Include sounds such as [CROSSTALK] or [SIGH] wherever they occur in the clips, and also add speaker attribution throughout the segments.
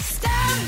Speaker 1: oh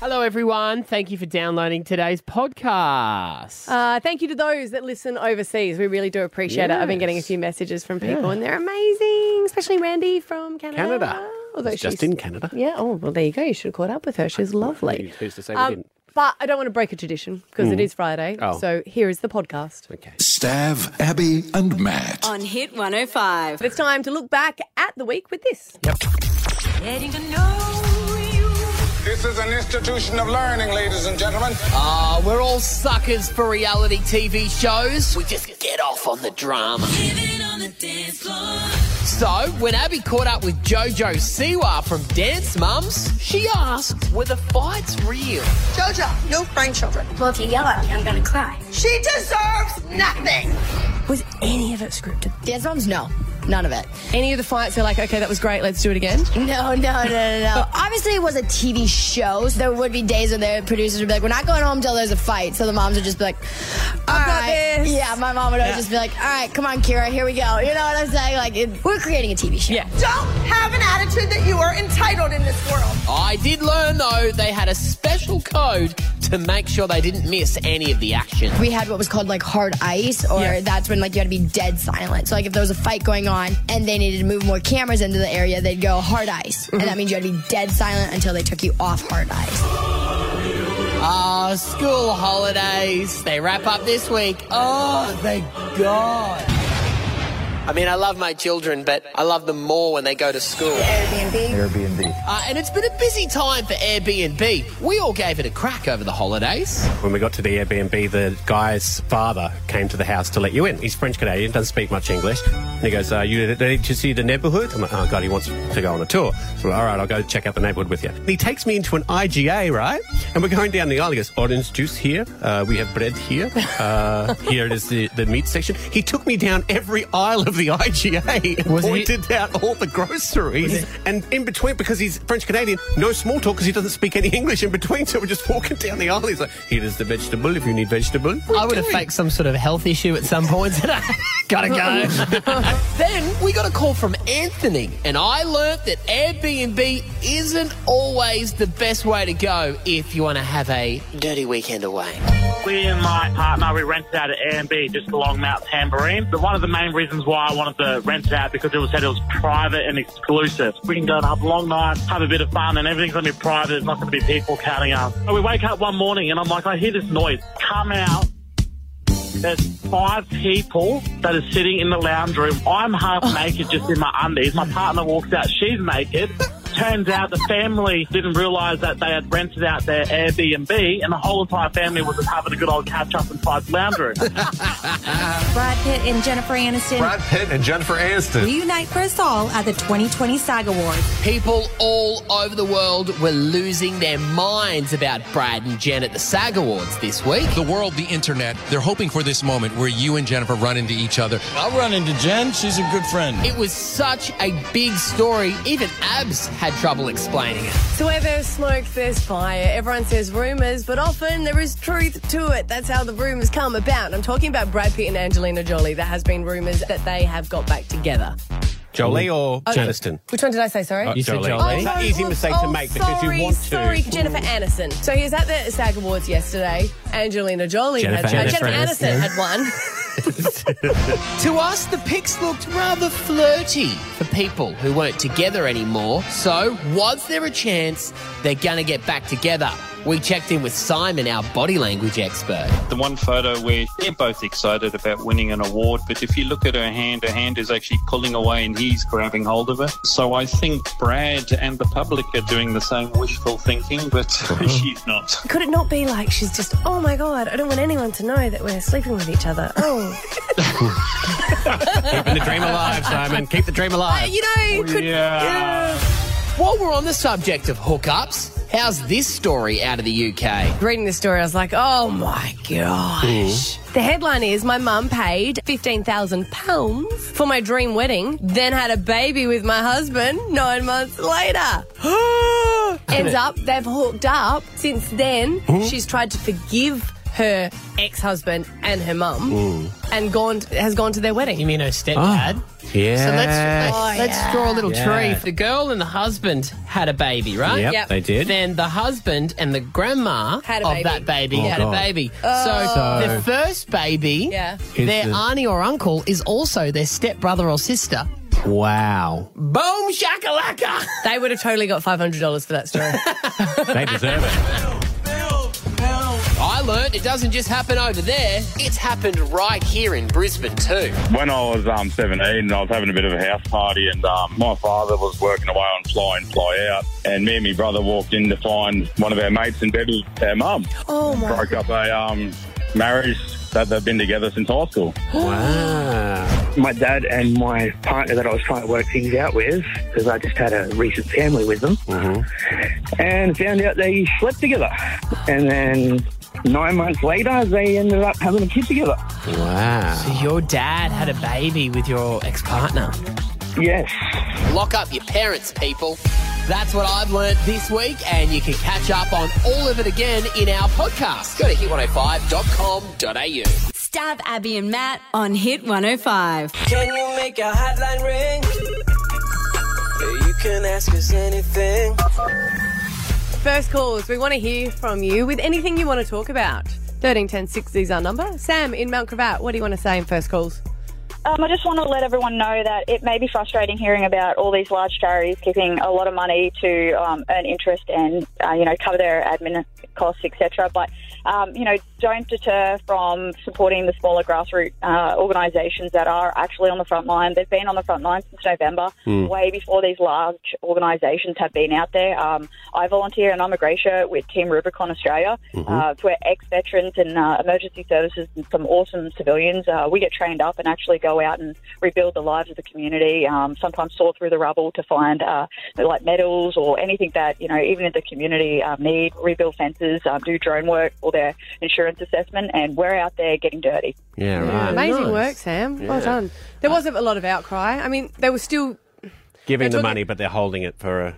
Speaker 1: Hello, everyone. Thank you for downloading today's podcast.
Speaker 2: Uh, thank you to those that listen overseas. We really do appreciate it. I've been getting a few messages from people, and they're amazing, especially Randy from Canada.
Speaker 1: Canada.
Speaker 2: Although
Speaker 1: It's just
Speaker 2: she's-
Speaker 1: in Canada.
Speaker 2: Yeah. Oh, well, there you go. You should have caught up with her. She's lovely.
Speaker 1: Who's to say we
Speaker 2: Um,
Speaker 1: didn't?
Speaker 2: but I don't want to break a tradition because it is Friday.
Speaker 1: Oh.
Speaker 2: So here is the podcast.
Speaker 1: Okay.
Speaker 3: Stav, Abby, and Matt.
Speaker 4: On Hit 105.
Speaker 2: It's time to look back at the week with this.
Speaker 4: Getting to know you.
Speaker 5: This is an institution of learning, ladies and gentlemen.
Speaker 6: Ah, we're all suckers for reality TV shows. We just get off on the drama.
Speaker 4: Living on the dance floor.
Speaker 6: So, when Abby caught up with JoJo Siwa from Dance Mums, she asked, were the fights real?
Speaker 7: Jojo, no grandchildren.
Speaker 8: Well, if you yell at me, I'm gonna cry.
Speaker 7: She deserves nothing.
Speaker 9: Was any of it scripted? Dance moms? No. None of it. Any of the fights are like, okay, that was great, let's do it again? [LAUGHS] No, no, no, no, [LAUGHS] no. Obviously, it was a TV show, so there would be days when the producers would be like, we're not going home till there's a fight. So the moms would just be like, "All right,
Speaker 7: this.
Speaker 9: Yeah, my mom would always just be like, all right, come on, Kira, here we go. You know what I'm saying? Like, it, we're creating a TV show. Yeah.
Speaker 7: Don't have an attitude that you are entitled in this world.
Speaker 6: I did learn, though, they had a special code to make sure they didn't miss any of the action.
Speaker 9: We had what was called like hard ice, or that's when like you had to be dead silent. So like if there was a fight going on and they needed to move more cameras into the area, they'd go hard ice, and that means you had to be dead silent until they took you off hard ice.
Speaker 6: Ah, school holidays. They wrap up this week. Oh, thank God. I mean, I love my children, but I love them more when they go to school.
Speaker 3: Airbnb.
Speaker 6: Uh, and it's been a busy time for Airbnb. We all gave it a crack over the holidays.
Speaker 1: When we got to the Airbnb, the guy's father came to the house to let you in. He's French Canadian, doesn't speak much English. And he goes, uh, you need to see the neighborhood? I'm like, oh, God, he wants to go on a tour. So, all right, I'll go check out the neighborhood with you. And he takes me into an IGA, right? And we're going down the aisle. He goes, orange juice here. Uh, we have bread here. Uh, here is the, the meat section. He took me down every aisle of the IGA and
Speaker 10: Was he-
Speaker 1: pointed out all the groceries. And in between, because he's French Canadian, no small talk because he doesn't speak any English in between. So we're just walking down the aisle. He's like, here is the vegetable if you need vegetable.
Speaker 6: I would have faked some sort of health issue at some point. [LAUGHS] Gotta [LAUGHS] go. then we got a call from Anthony, and I learnt that Airbnb isn't always the best way to go if you want to have a dirty weekend away.
Speaker 11: We and my partner, we rented out an Airbnb just along Mount Tambourine. But one of the main reasons why I wanted to rent it out because it was said it was private and exclusive. We can go and have a long night, have a bit of fun, and everything's going to be private. There's not going to be people counting us. So we wake up one morning and I'm like, I hear this noise. Come out. There's five people that are sitting in the lounge room. I'm half naked, just in my undies. My partner walks out, she's naked. Turns out the family didn't realise that they had rented out their Airbnb, and the whole entire family was just having a good old catch up inside the
Speaker 5: [LAUGHS]
Speaker 11: lounge room.
Speaker 8: Brad Pitt and Jennifer Aniston
Speaker 5: Pitt and Jennifer Aniston.
Speaker 8: reunite for us all at the 2020 SAG Awards.
Speaker 6: People all over the world were losing their minds about Brad and Jen at the SAG Awards this week.
Speaker 10: The world, the internet, they're hoping for this moment where you and Jennifer run into each other. I'll run into Jen. She's a good friend.
Speaker 6: It was such a big story, even Abs had trouble explaining it.
Speaker 2: So where there's smoke, there's fire. Everyone says rumours, but often there is truth to it. That's how the rumours come about. I'm talking about Brad Pitt and Angelina Jolie. There has been rumours that they have got back together.
Speaker 1: Jolie
Speaker 2: Mm.
Speaker 1: or Janiston?
Speaker 2: Which one did I say? Sorry.
Speaker 1: You said Oh, Uh, Jolie.
Speaker 2: Oh,
Speaker 1: It's
Speaker 2: no,
Speaker 1: an easy
Speaker 2: oh,
Speaker 1: mistake
Speaker 2: oh,
Speaker 1: to make because
Speaker 2: sorry,
Speaker 1: you want to.
Speaker 2: Sorry, Jennifer Aniston. So he was at the SAG Awards yesterday. Angelina Jolie
Speaker 1: Jennifer
Speaker 2: had uh,
Speaker 1: Aniston.
Speaker 2: Jennifer Aniston had won.
Speaker 6: To us, the pics looked rather flirty for people who weren't together anymore. So, was there a chance they're going to get back together? We checked in with Simon, our body language expert.
Speaker 11: The one photo where they're both excited about winning an award, but if you look at her hand, her hand is actually pulling away and he's grabbing hold of it. So I think Brad and the public are doing the same wishful thinking, but [LAUGHS] she's not.
Speaker 2: Could it not be like she's just? Oh my god! I don't want anyone to know that we're sleeping with each other.
Speaker 1: [LAUGHS]
Speaker 2: Oh,
Speaker 1: Keeping the dream alive, Simon. Keep the dream alive.
Speaker 2: you know, could,
Speaker 11: Yeah.
Speaker 6: While we're on the subject of hookups, how's this story out of the UK?
Speaker 2: reading this story, I was like, oh my
Speaker 12: Oh,
Speaker 2: gosh. The headline is My mum paid £15,000 for my dream wedding, then had a baby with my husband nine months later. Ends up, they've hooked up. Since then, she's tried to forgive her ex-husband and her mum, and gone has gone to their wedding. You
Speaker 6: mean her stepdad?
Speaker 1: Oh, Yeah.
Speaker 6: So let's let's,
Speaker 2: Oh,
Speaker 6: let's
Speaker 2: yeah.
Speaker 6: draw a little
Speaker 1: Yeah.
Speaker 6: tree. The girl and the husband had a baby, right?
Speaker 1: Yep, Yep. they did.
Speaker 6: Then the husband and the grandma
Speaker 2: Had a
Speaker 6: of
Speaker 2: baby.
Speaker 6: that baby
Speaker 1: Oh,
Speaker 6: had
Speaker 1: God.
Speaker 6: a baby.
Speaker 1: Oh.
Speaker 6: So,
Speaker 1: So-
Speaker 6: the first baby,
Speaker 1: Is
Speaker 6: their
Speaker 1: the-
Speaker 6: auntie or uncle, is also their stepbrother or sister.
Speaker 1: Wow.
Speaker 6: Boom shakalaka!
Speaker 2: They would have totally got five hundred dollars for that story.
Speaker 1: They deserve it.
Speaker 6: I learned it doesn't just happen over there, it's happened right here in Brisbane too.
Speaker 13: When I was um, 17, and I was having a bit of a house party, and um, my father was working away on fly in, fly out, and me and my brother walked in to find one of our mates in bed with our mum.
Speaker 2: Oh my!
Speaker 13: Broke up a um, marriage that they've been together since high school.
Speaker 14: Wow. My dad and my partner that I was trying to work things out with, because I just had a recent family with them,
Speaker 7: Mm-hmm.
Speaker 14: and found out they slept together. And then nine months later, they ended up having a kid together.
Speaker 1: Wow.
Speaker 6: So your dad had a baby with your ex partner?
Speaker 14: Yes.
Speaker 6: Lock up your parents, people. That's what I've learnt this week, and you can catch up on all of it again in our podcast. Go to hit105.com.au.
Speaker 4: Stab Abby and Matt on Hit 105.
Speaker 15: Can you [LAUGHS] make a hotline ring? You can ask us anything.
Speaker 2: First calls. We want to hear from you with anything you want to talk about. Thirteen ten sixty is our number. Sam in Mount Cravat. What do you want to say in first calls?
Speaker 16: Um, I just want to let everyone know that it may be frustrating hearing about all these large charities giving a lot of money to um, earn interest and uh, you know cover their admin costs, etc. But um, you know, don't deter from supporting the smaller grassroots uh, organisations that are actually on the front line. They've been on the front line since November,
Speaker 17: Mm.
Speaker 16: way before these large organisations have been out there. Um, I volunteer and I'm a grey shirt with Team Rubicon Australia. Uh, it's where ex veterans and uh, emergency services and some awesome civilians. Uh, we get trained up and actually go out and rebuild the lives of the community. Um, sometimes sort through the rubble to find uh, like medals or anything that you know even in the community um, need. Rebuild fences, um, do drone work for their insurance assessment, and we're out there getting dirty.
Speaker 1: Yeah,
Speaker 2: Yeah,
Speaker 1: right.
Speaker 2: Amazing work, Sam. Well
Speaker 1: Uh, Yeah.
Speaker 2: done. There was a lot of outcry. I mean, they were still.
Speaker 1: Giving
Speaker 2: They're
Speaker 1: the
Speaker 2: talking-
Speaker 1: money, but they're holding it for a.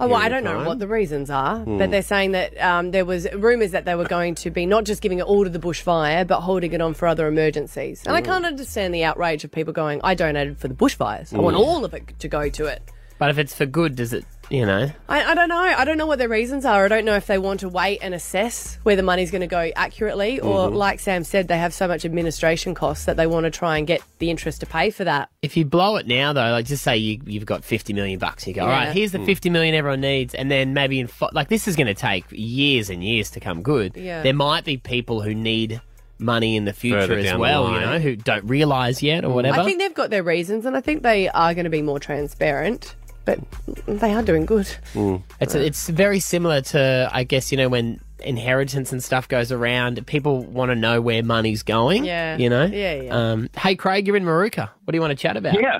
Speaker 2: Oh, well, I
Speaker 1: period
Speaker 2: don't
Speaker 1: of
Speaker 2: know
Speaker 1: time.
Speaker 2: what the reasons are,
Speaker 1: Hmm.
Speaker 2: but they're saying that um, there was rumours that they were going to be not just giving it all to the bushfire, but holding it on for other emergencies. And I
Speaker 1: Hmm.
Speaker 2: can't understand the outrage of people going, "I donated for the bushfires. I want
Speaker 6: Hmm.
Speaker 2: all of it to go to it."
Speaker 6: But if it's for good, does it, you know?
Speaker 2: I, I don't know. I don't know what their reasons are. I don't know if they want to wait and assess where the money's going to go accurately, or
Speaker 6: Mhm.
Speaker 2: like Sam said, they have so much administration costs that they want to try and get the interest to pay for that.
Speaker 6: If you blow it now, though, like just say you, you've got 50 million bucks, you go, all
Speaker 2: Yeah.
Speaker 6: right, here's the
Speaker 2: Mm.
Speaker 6: 50 million everyone needs, and then maybe in, fo- like, this is going to take years and years to come good.
Speaker 2: Yeah.
Speaker 6: There might be people who need money in the
Speaker 1: Further
Speaker 6: future as
Speaker 1: down the
Speaker 6: well, you
Speaker 1: line.
Speaker 6: know, who don't realise yet or whatever.
Speaker 2: I think they've got their reasons, and I think they are going to be more transparent. But they are doing good.
Speaker 1: Mm.
Speaker 6: It's it's very similar to I guess you know when inheritance and stuff goes around, people want to know where money's going.
Speaker 2: Yeah.
Speaker 6: you know.
Speaker 2: Yeah, yeah.
Speaker 6: Um, hey, Craig, you're in Maruka. What do you want to chat about?
Speaker 18: Yeah.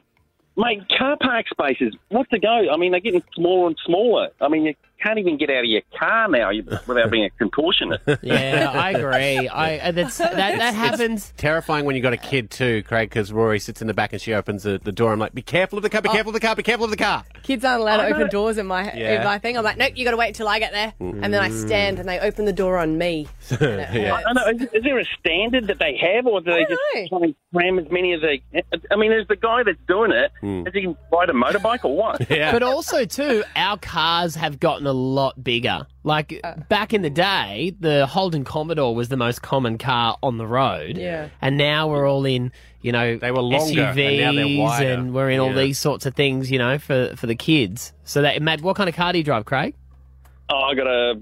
Speaker 18: Mate, car park spaces, what to go? I mean, they're getting smaller and smaller. I mean, you can't even get out of your car now you- without being a contortionist.
Speaker 6: [LAUGHS] Yeah, I agree. I uh,
Speaker 2: [LAUGHS]
Speaker 6: that's, that that happens.
Speaker 1: Terrifying when you got a kid too, Craig, because Rory sits in the back and she opens the, the door. I'm like, be careful of the car, be careful of the car, be careful of the car. [LAUGHS]
Speaker 2: Kids aren't allowed
Speaker 1: I
Speaker 2: to
Speaker 1: know.
Speaker 2: open doors in my
Speaker 1: Yeah.
Speaker 2: in my thing. I'm like, nope, you got to wait till I get there, and then I
Speaker 1: Mm.
Speaker 2: stand, and they open the door on me.
Speaker 18: [LAUGHS]
Speaker 1: Oh.
Speaker 18: I don't know. Is, is there a standard that they have, or do they just try and cram as many of the? I mean, there's the guy that's doing it. Does he ride a motorbike or
Speaker 6: [LAUGHS]
Speaker 18: what?
Speaker 6: But also too, our cars have gotten a lot bigger. Like
Speaker 2: Uh.
Speaker 6: back in the day, the Holden Commodore was the most common car on the road.
Speaker 1: Yeah.
Speaker 6: And now we're all in, you know, they were
Speaker 1: longer, and
Speaker 6: SUVs
Speaker 1: now they're wider.
Speaker 6: and we're in all
Speaker 1: Yeah.
Speaker 6: these sorts of things, you know, for for the kids. So that Matt, what kind of car do you drive, Craig?
Speaker 18: Oh, I got a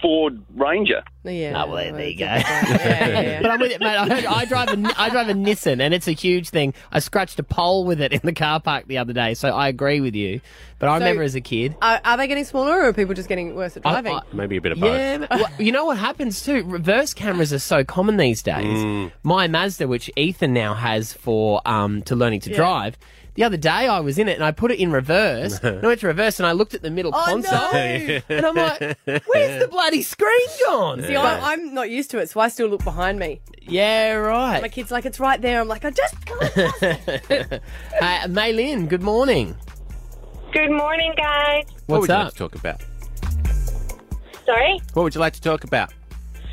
Speaker 18: Ford Ranger.
Speaker 2: Yeah.
Speaker 6: Oh, well, there you go. but I'm with it, mate. I, I drive a, I drive a Nissan, and it's a huge thing. I scratched a pole with it in the car park the other day, so I agree with you. But I
Speaker 2: So-
Speaker 6: remember as a kid,
Speaker 2: Are, are they getting smaller, or are people just getting worse at
Speaker 6: I-
Speaker 2: driving?
Speaker 6: I-
Speaker 1: Maybe a bit of
Speaker 6: Yeah,
Speaker 1: both.
Speaker 6: but- well, you know what happens too? Reverse cameras are so common these days.
Speaker 1: Mm.
Speaker 6: My Mazda, which Ethan now has for um, to learning to
Speaker 1: Yeah.
Speaker 6: drive, the other day I was in it and I put it in reverse.
Speaker 1: [LAUGHS]
Speaker 6: and I went to reverse and I looked at the middle
Speaker 2: Oh,
Speaker 6: console
Speaker 2: no.
Speaker 6: and I'm like, "Where's the bloody screen gone?"
Speaker 2: See, I, I'm not used to it, so I still look behind me.
Speaker 6: yeah,
Speaker 2: [LAUGHS] My
Speaker 6: right.
Speaker 2: kid's like, it's right there. I'm like, I just
Speaker 6: uh, Maylin, good morning.
Speaker 12: Good morning, guys.
Speaker 1: [LAUGHS] what would
Speaker 6: What's
Speaker 1: you
Speaker 6: up?
Speaker 1: like to talk about?
Speaker 12: Sorry.
Speaker 1: What would you like to talk about?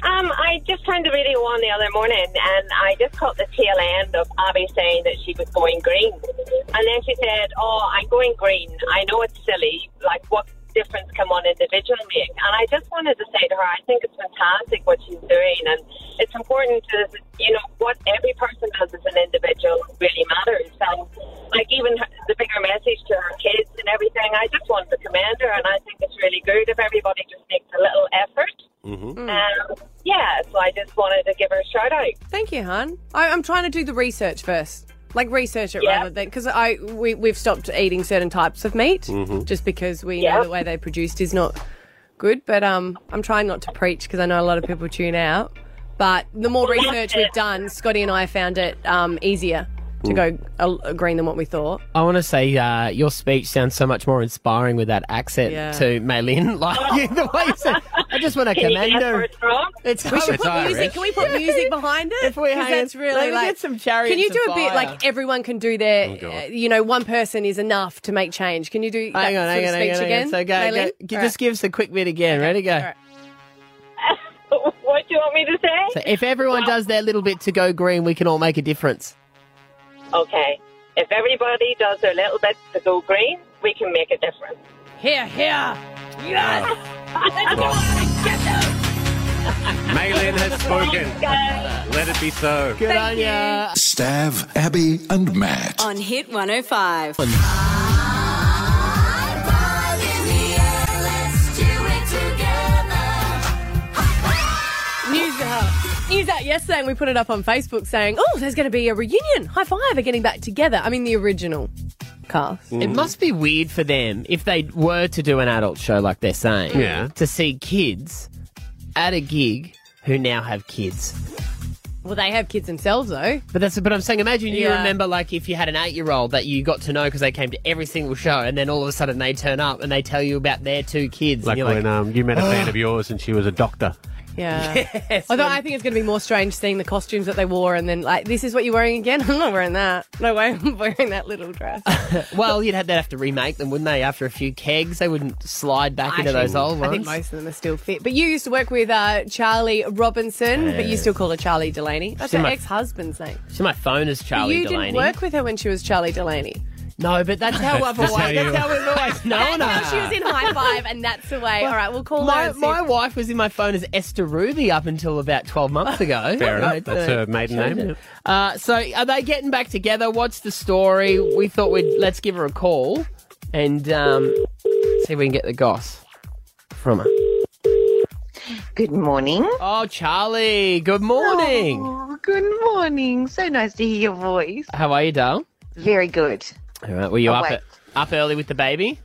Speaker 12: Um, I just turned the radio on the other morning and I just caught the tail end of Abby saying that she was going green. And then she said, Oh, I'm going green. I know it's silly. Like, what difference can one individual make? And I just wanted to say to her, I think it's fantastic what she's doing. And it's important to, you know, what every person does as an individual really matters. And, like, even her, the bigger message to her kids and everything, I just wanted to commend her. And I think it's really good if everybody just makes a little effort.
Speaker 2: Mm.
Speaker 12: Um, yeah, so I just wanted to give her a shout out.
Speaker 2: Thank you, hon. I, I'm trying to do the research first. Like research it
Speaker 12: Yeah.
Speaker 2: rather than because I we we've stopped eating certain types of meat
Speaker 12: Mhm.
Speaker 2: just because we
Speaker 12: Yeah.
Speaker 2: know the way they're produced is not good. But um, I'm trying not to preach because I know a lot of people tune out. But the more
Speaker 12: Well, that's
Speaker 2: research
Speaker 12: it.
Speaker 2: we've done, Scotty and I found it um, easier to go uh, green than what we thought.
Speaker 6: I want to say uh, your speech sounds so much more inspiring with that accent
Speaker 2: Yeah.
Speaker 6: to
Speaker 2: [LAUGHS]
Speaker 6: Maylin. [LAUGHS] Like you- the way you said, I just want to
Speaker 2: Can you
Speaker 6: commend
Speaker 2: guess
Speaker 6: her.
Speaker 2: where it's from?
Speaker 6: [LAUGHS] It's
Speaker 2: We should put music. Can we put
Speaker 6: [LAUGHS]
Speaker 2: music behind it? If we
Speaker 6: hang-
Speaker 2: that's really
Speaker 6: let me
Speaker 2: like,
Speaker 6: get some chariots
Speaker 2: Can you do
Speaker 6: of
Speaker 2: a bit
Speaker 6: fire.
Speaker 2: like everyone can do
Speaker 6: Oh,
Speaker 2: their? uh, you know, one person is enough to make change. Can you do that
Speaker 6: Hang on,
Speaker 2: sort
Speaker 6: hang
Speaker 2: of
Speaker 6: on, hang
Speaker 2: speech
Speaker 6: on, hang
Speaker 2: again?
Speaker 6: on. So go, go.
Speaker 2: Maylene?
Speaker 6: Gi-
Speaker 2: All
Speaker 6: just
Speaker 2: right.
Speaker 6: give us a quick bit again. Ready, go.
Speaker 12: What do you want me to
Speaker 6: So
Speaker 12: say?
Speaker 6: if everyone does their little bit to go green, we can all make a difference.
Speaker 12: Okay. If everybody does their little bit to go green, we can make a difference.
Speaker 2: Here, here.
Speaker 12: Yes.
Speaker 1: Maylin has spoken. Let it be so.
Speaker 4: Good Thank on ya.
Speaker 3: Stav, Abby, and
Speaker 4: [LAUGHS]
Speaker 3: Matt.
Speaker 4: On Hit 105.
Speaker 2: News out. News out yesterday, and we put it up on Facebook saying, "Oh, there's going to be a reunion. High five! Are getting back together. I mean, the original cast.
Speaker 6: It must be weird for them if they were to do an adult show like they're saying.
Speaker 1: Yeah.
Speaker 6: To see kids at a gig who now have kids.
Speaker 2: Well, they have kids themselves though.
Speaker 6: But that's but I'm saying imagine you
Speaker 2: Yeah.
Speaker 6: remember like if you had an 8-year-old that you got to know because they came to every single show and then all of a sudden they turn up and they tell you about their two kids
Speaker 1: Like
Speaker 6: and you're
Speaker 1: when
Speaker 6: like
Speaker 1: um, you met a fan of yours and she was a doctor.
Speaker 2: Yeah. Although I think it's going to be more strange seeing the costumes that they wore and then, like, this is what you're wearing again? [LAUGHS] I'm not wearing that. No way I'm [LAUGHS] wearing that little dress.
Speaker 6: [LAUGHS] well, you'd have to have to remake them, wouldn't they? After a few kegs, they wouldn't slide back into
Speaker 2: Actually,
Speaker 6: those old ones.
Speaker 2: I think most of them are still fit. But you used to work with uh, Charlie Robinson, but you
Speaker 6: Yes.
Speaker 2: still call her Charlie Delaney. That's
Speaker 6: She's
Speaker 2: her
Speaker 6: my-
Speaker 2: ex husband's name.
Speaker 6: So my phone is Charlie
Speaker 2: you
Speaker 6: Delaney.
Speaker 2: didn't work with her when she was Charlie Delaney.
Speaker 6: No, but that's
Speaker 2: [LAUGHS]
Speaker 6: how I've
Speaker 2: That's
Speaker 6: always.
Speaker 2: how you-
Speaker 6: That's how we've
Speaker 5: [LAUGHS]
Speaker 6: always known
Speaker 2: That's
Speaker 6: her.
Speaker 2: how she was in High Five, and that's the way. All right, we'll call her.
Speaker 6: My,
Speaker 2: and see
Speaker 6: my
Speaker 2: if-
Speaker 6: wife was in my phone as Esther Ruby up until about
Speaker 2: [LAUGHS]
Speaker 6: 12 months ago.
Speaker 1: Fair enough.
Speaker 6: I,
Speaker 1: That's her maiden
Speaker 6: changed
Speaker 1: name.
Speaker 6: it. Uh, so are they getting back together? What's the story? We thought we'd let's give her a call and um, see if we can get the goss from her.
Speaker 17: Good morning.
Speaker 6: Oh, Charlie. Good morning.
Speaker 17: Oh, good morning. So nice to hear your voice.
Speaker 6: How are you, Dale?
Speaker 17: Very good.
Speaker 6: All right. Were you
Speaker 17: Oh,
Speaker 6: up,
Speaker 17: wait.
Speaker 6: at, up early with the baby?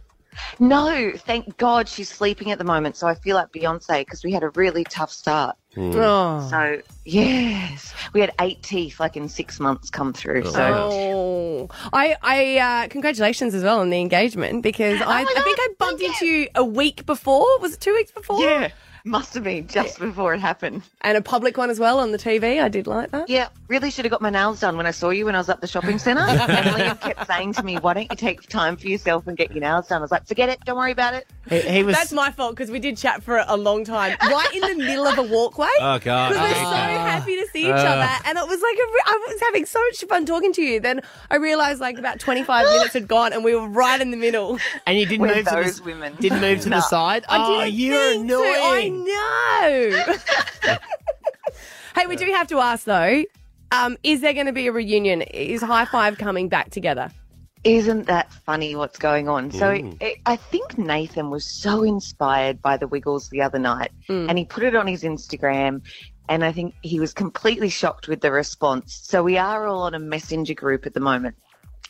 Speaker 17: No, thank God she's sleeping at the moment, so I feel like Beyonce because we had a really tough start.
Speaker 6: Hmm. Oh.
Speaker 17: So, yes, we had eight teeth like in six months come through. So,
Speaker 2: Oh, I, I, uh, congratulations as well on the engagement because I, I think I bumped into you a week before. Was it two weeks before?
Speaker 17: Yeah, must have been just before it happened.
Speaker 2: And a public one as well on the TV. I did like that.
Speaker 17: yeah, really should have got my nails done when I saw you when I was up the
Speaker 2: [LAUGHS]
Speaker 17: shopping centre. and Liam kept saying to me, Why don't you take time for yourself and get your nails done? I was like, Forget it, don't worry about it.
Speaker 6: He, he was.
Speaker 2: That's my fault because we did chat for a long
Speaker 17: [LAUGHS]
Speaker 2: time, right in the middle of a walkway.
Speaker 1: Oh, God.
Speaker 2: We were
Speaker 1: Oh.
Speaker 2: so happy to see each
Speaker 1: Uh.
Speaker 2: other, and it was like a re- I was having so much fun talking to you. Then I realised like about twenty
Speaker 6: [GASPS]
Speaker 2: five minutes had gone, and we were right in the middle.
Speaker 6: And you didn't
Speaker 17: We're
Speaker 6: move to
Speaker 17: those
Speaker 6: the,
Speaker 17: women.
Speaker 6: Didn't move to
Speaker 17: No.
Speaker 6: the side.
Speaker 2: I
Speaker 6: oh,
Speaker 2: didn't
Speaker 6: you're
Speaker 2: think so.
Speaker 6: annoying.
Speaker 2: I know. hey, we do have to ask though. Um, is there going to be a reunion? Is High Five coming back together?
Speaker 17: Isn't that funny what's going on? So
Speaker 2: Mm.
Speaker 17: it, I think Nathan was so inspired by the Wiggles the other night and he put it on his Instagram. And I think he was completely shocked with the response. So we are all on a messenger group at the moment.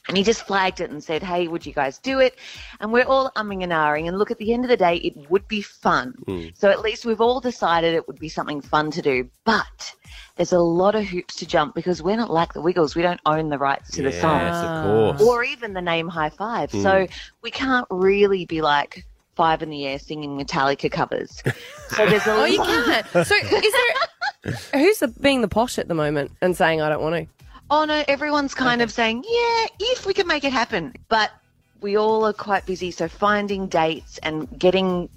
Speaker 17: And he just flagged it and said, Hey, would you guys do it? And we're all umming and ahhing. And look, at the end of the day, it would be fun.
Speaker 1: Mm.
Speaker 17: So at least we've all decided it would be something fun to do. But there's a lot of hoops to jump because we're not like the Wiggles. We don't own the rights to the song.
Speaker 1: Yes, of course.
Speaker 17: Or even the name High Five.
Speaker 1: Mm.
Speaker 17: So we can't really be like Five in the Air singing Metallica covers. So there's
Speaker 2: [LAUGHS]
Speaker 17: a
Speaker 2: oh, you
Speaker 17: lot-
Speaker 2: can't. So is there? Who's the, being the posh at the moment and saying I don't want to?
Speaker 17: Oh no, everyone's kind of saying, yeah, if we can make it happen. But we all are quite busy. So finding dates and getting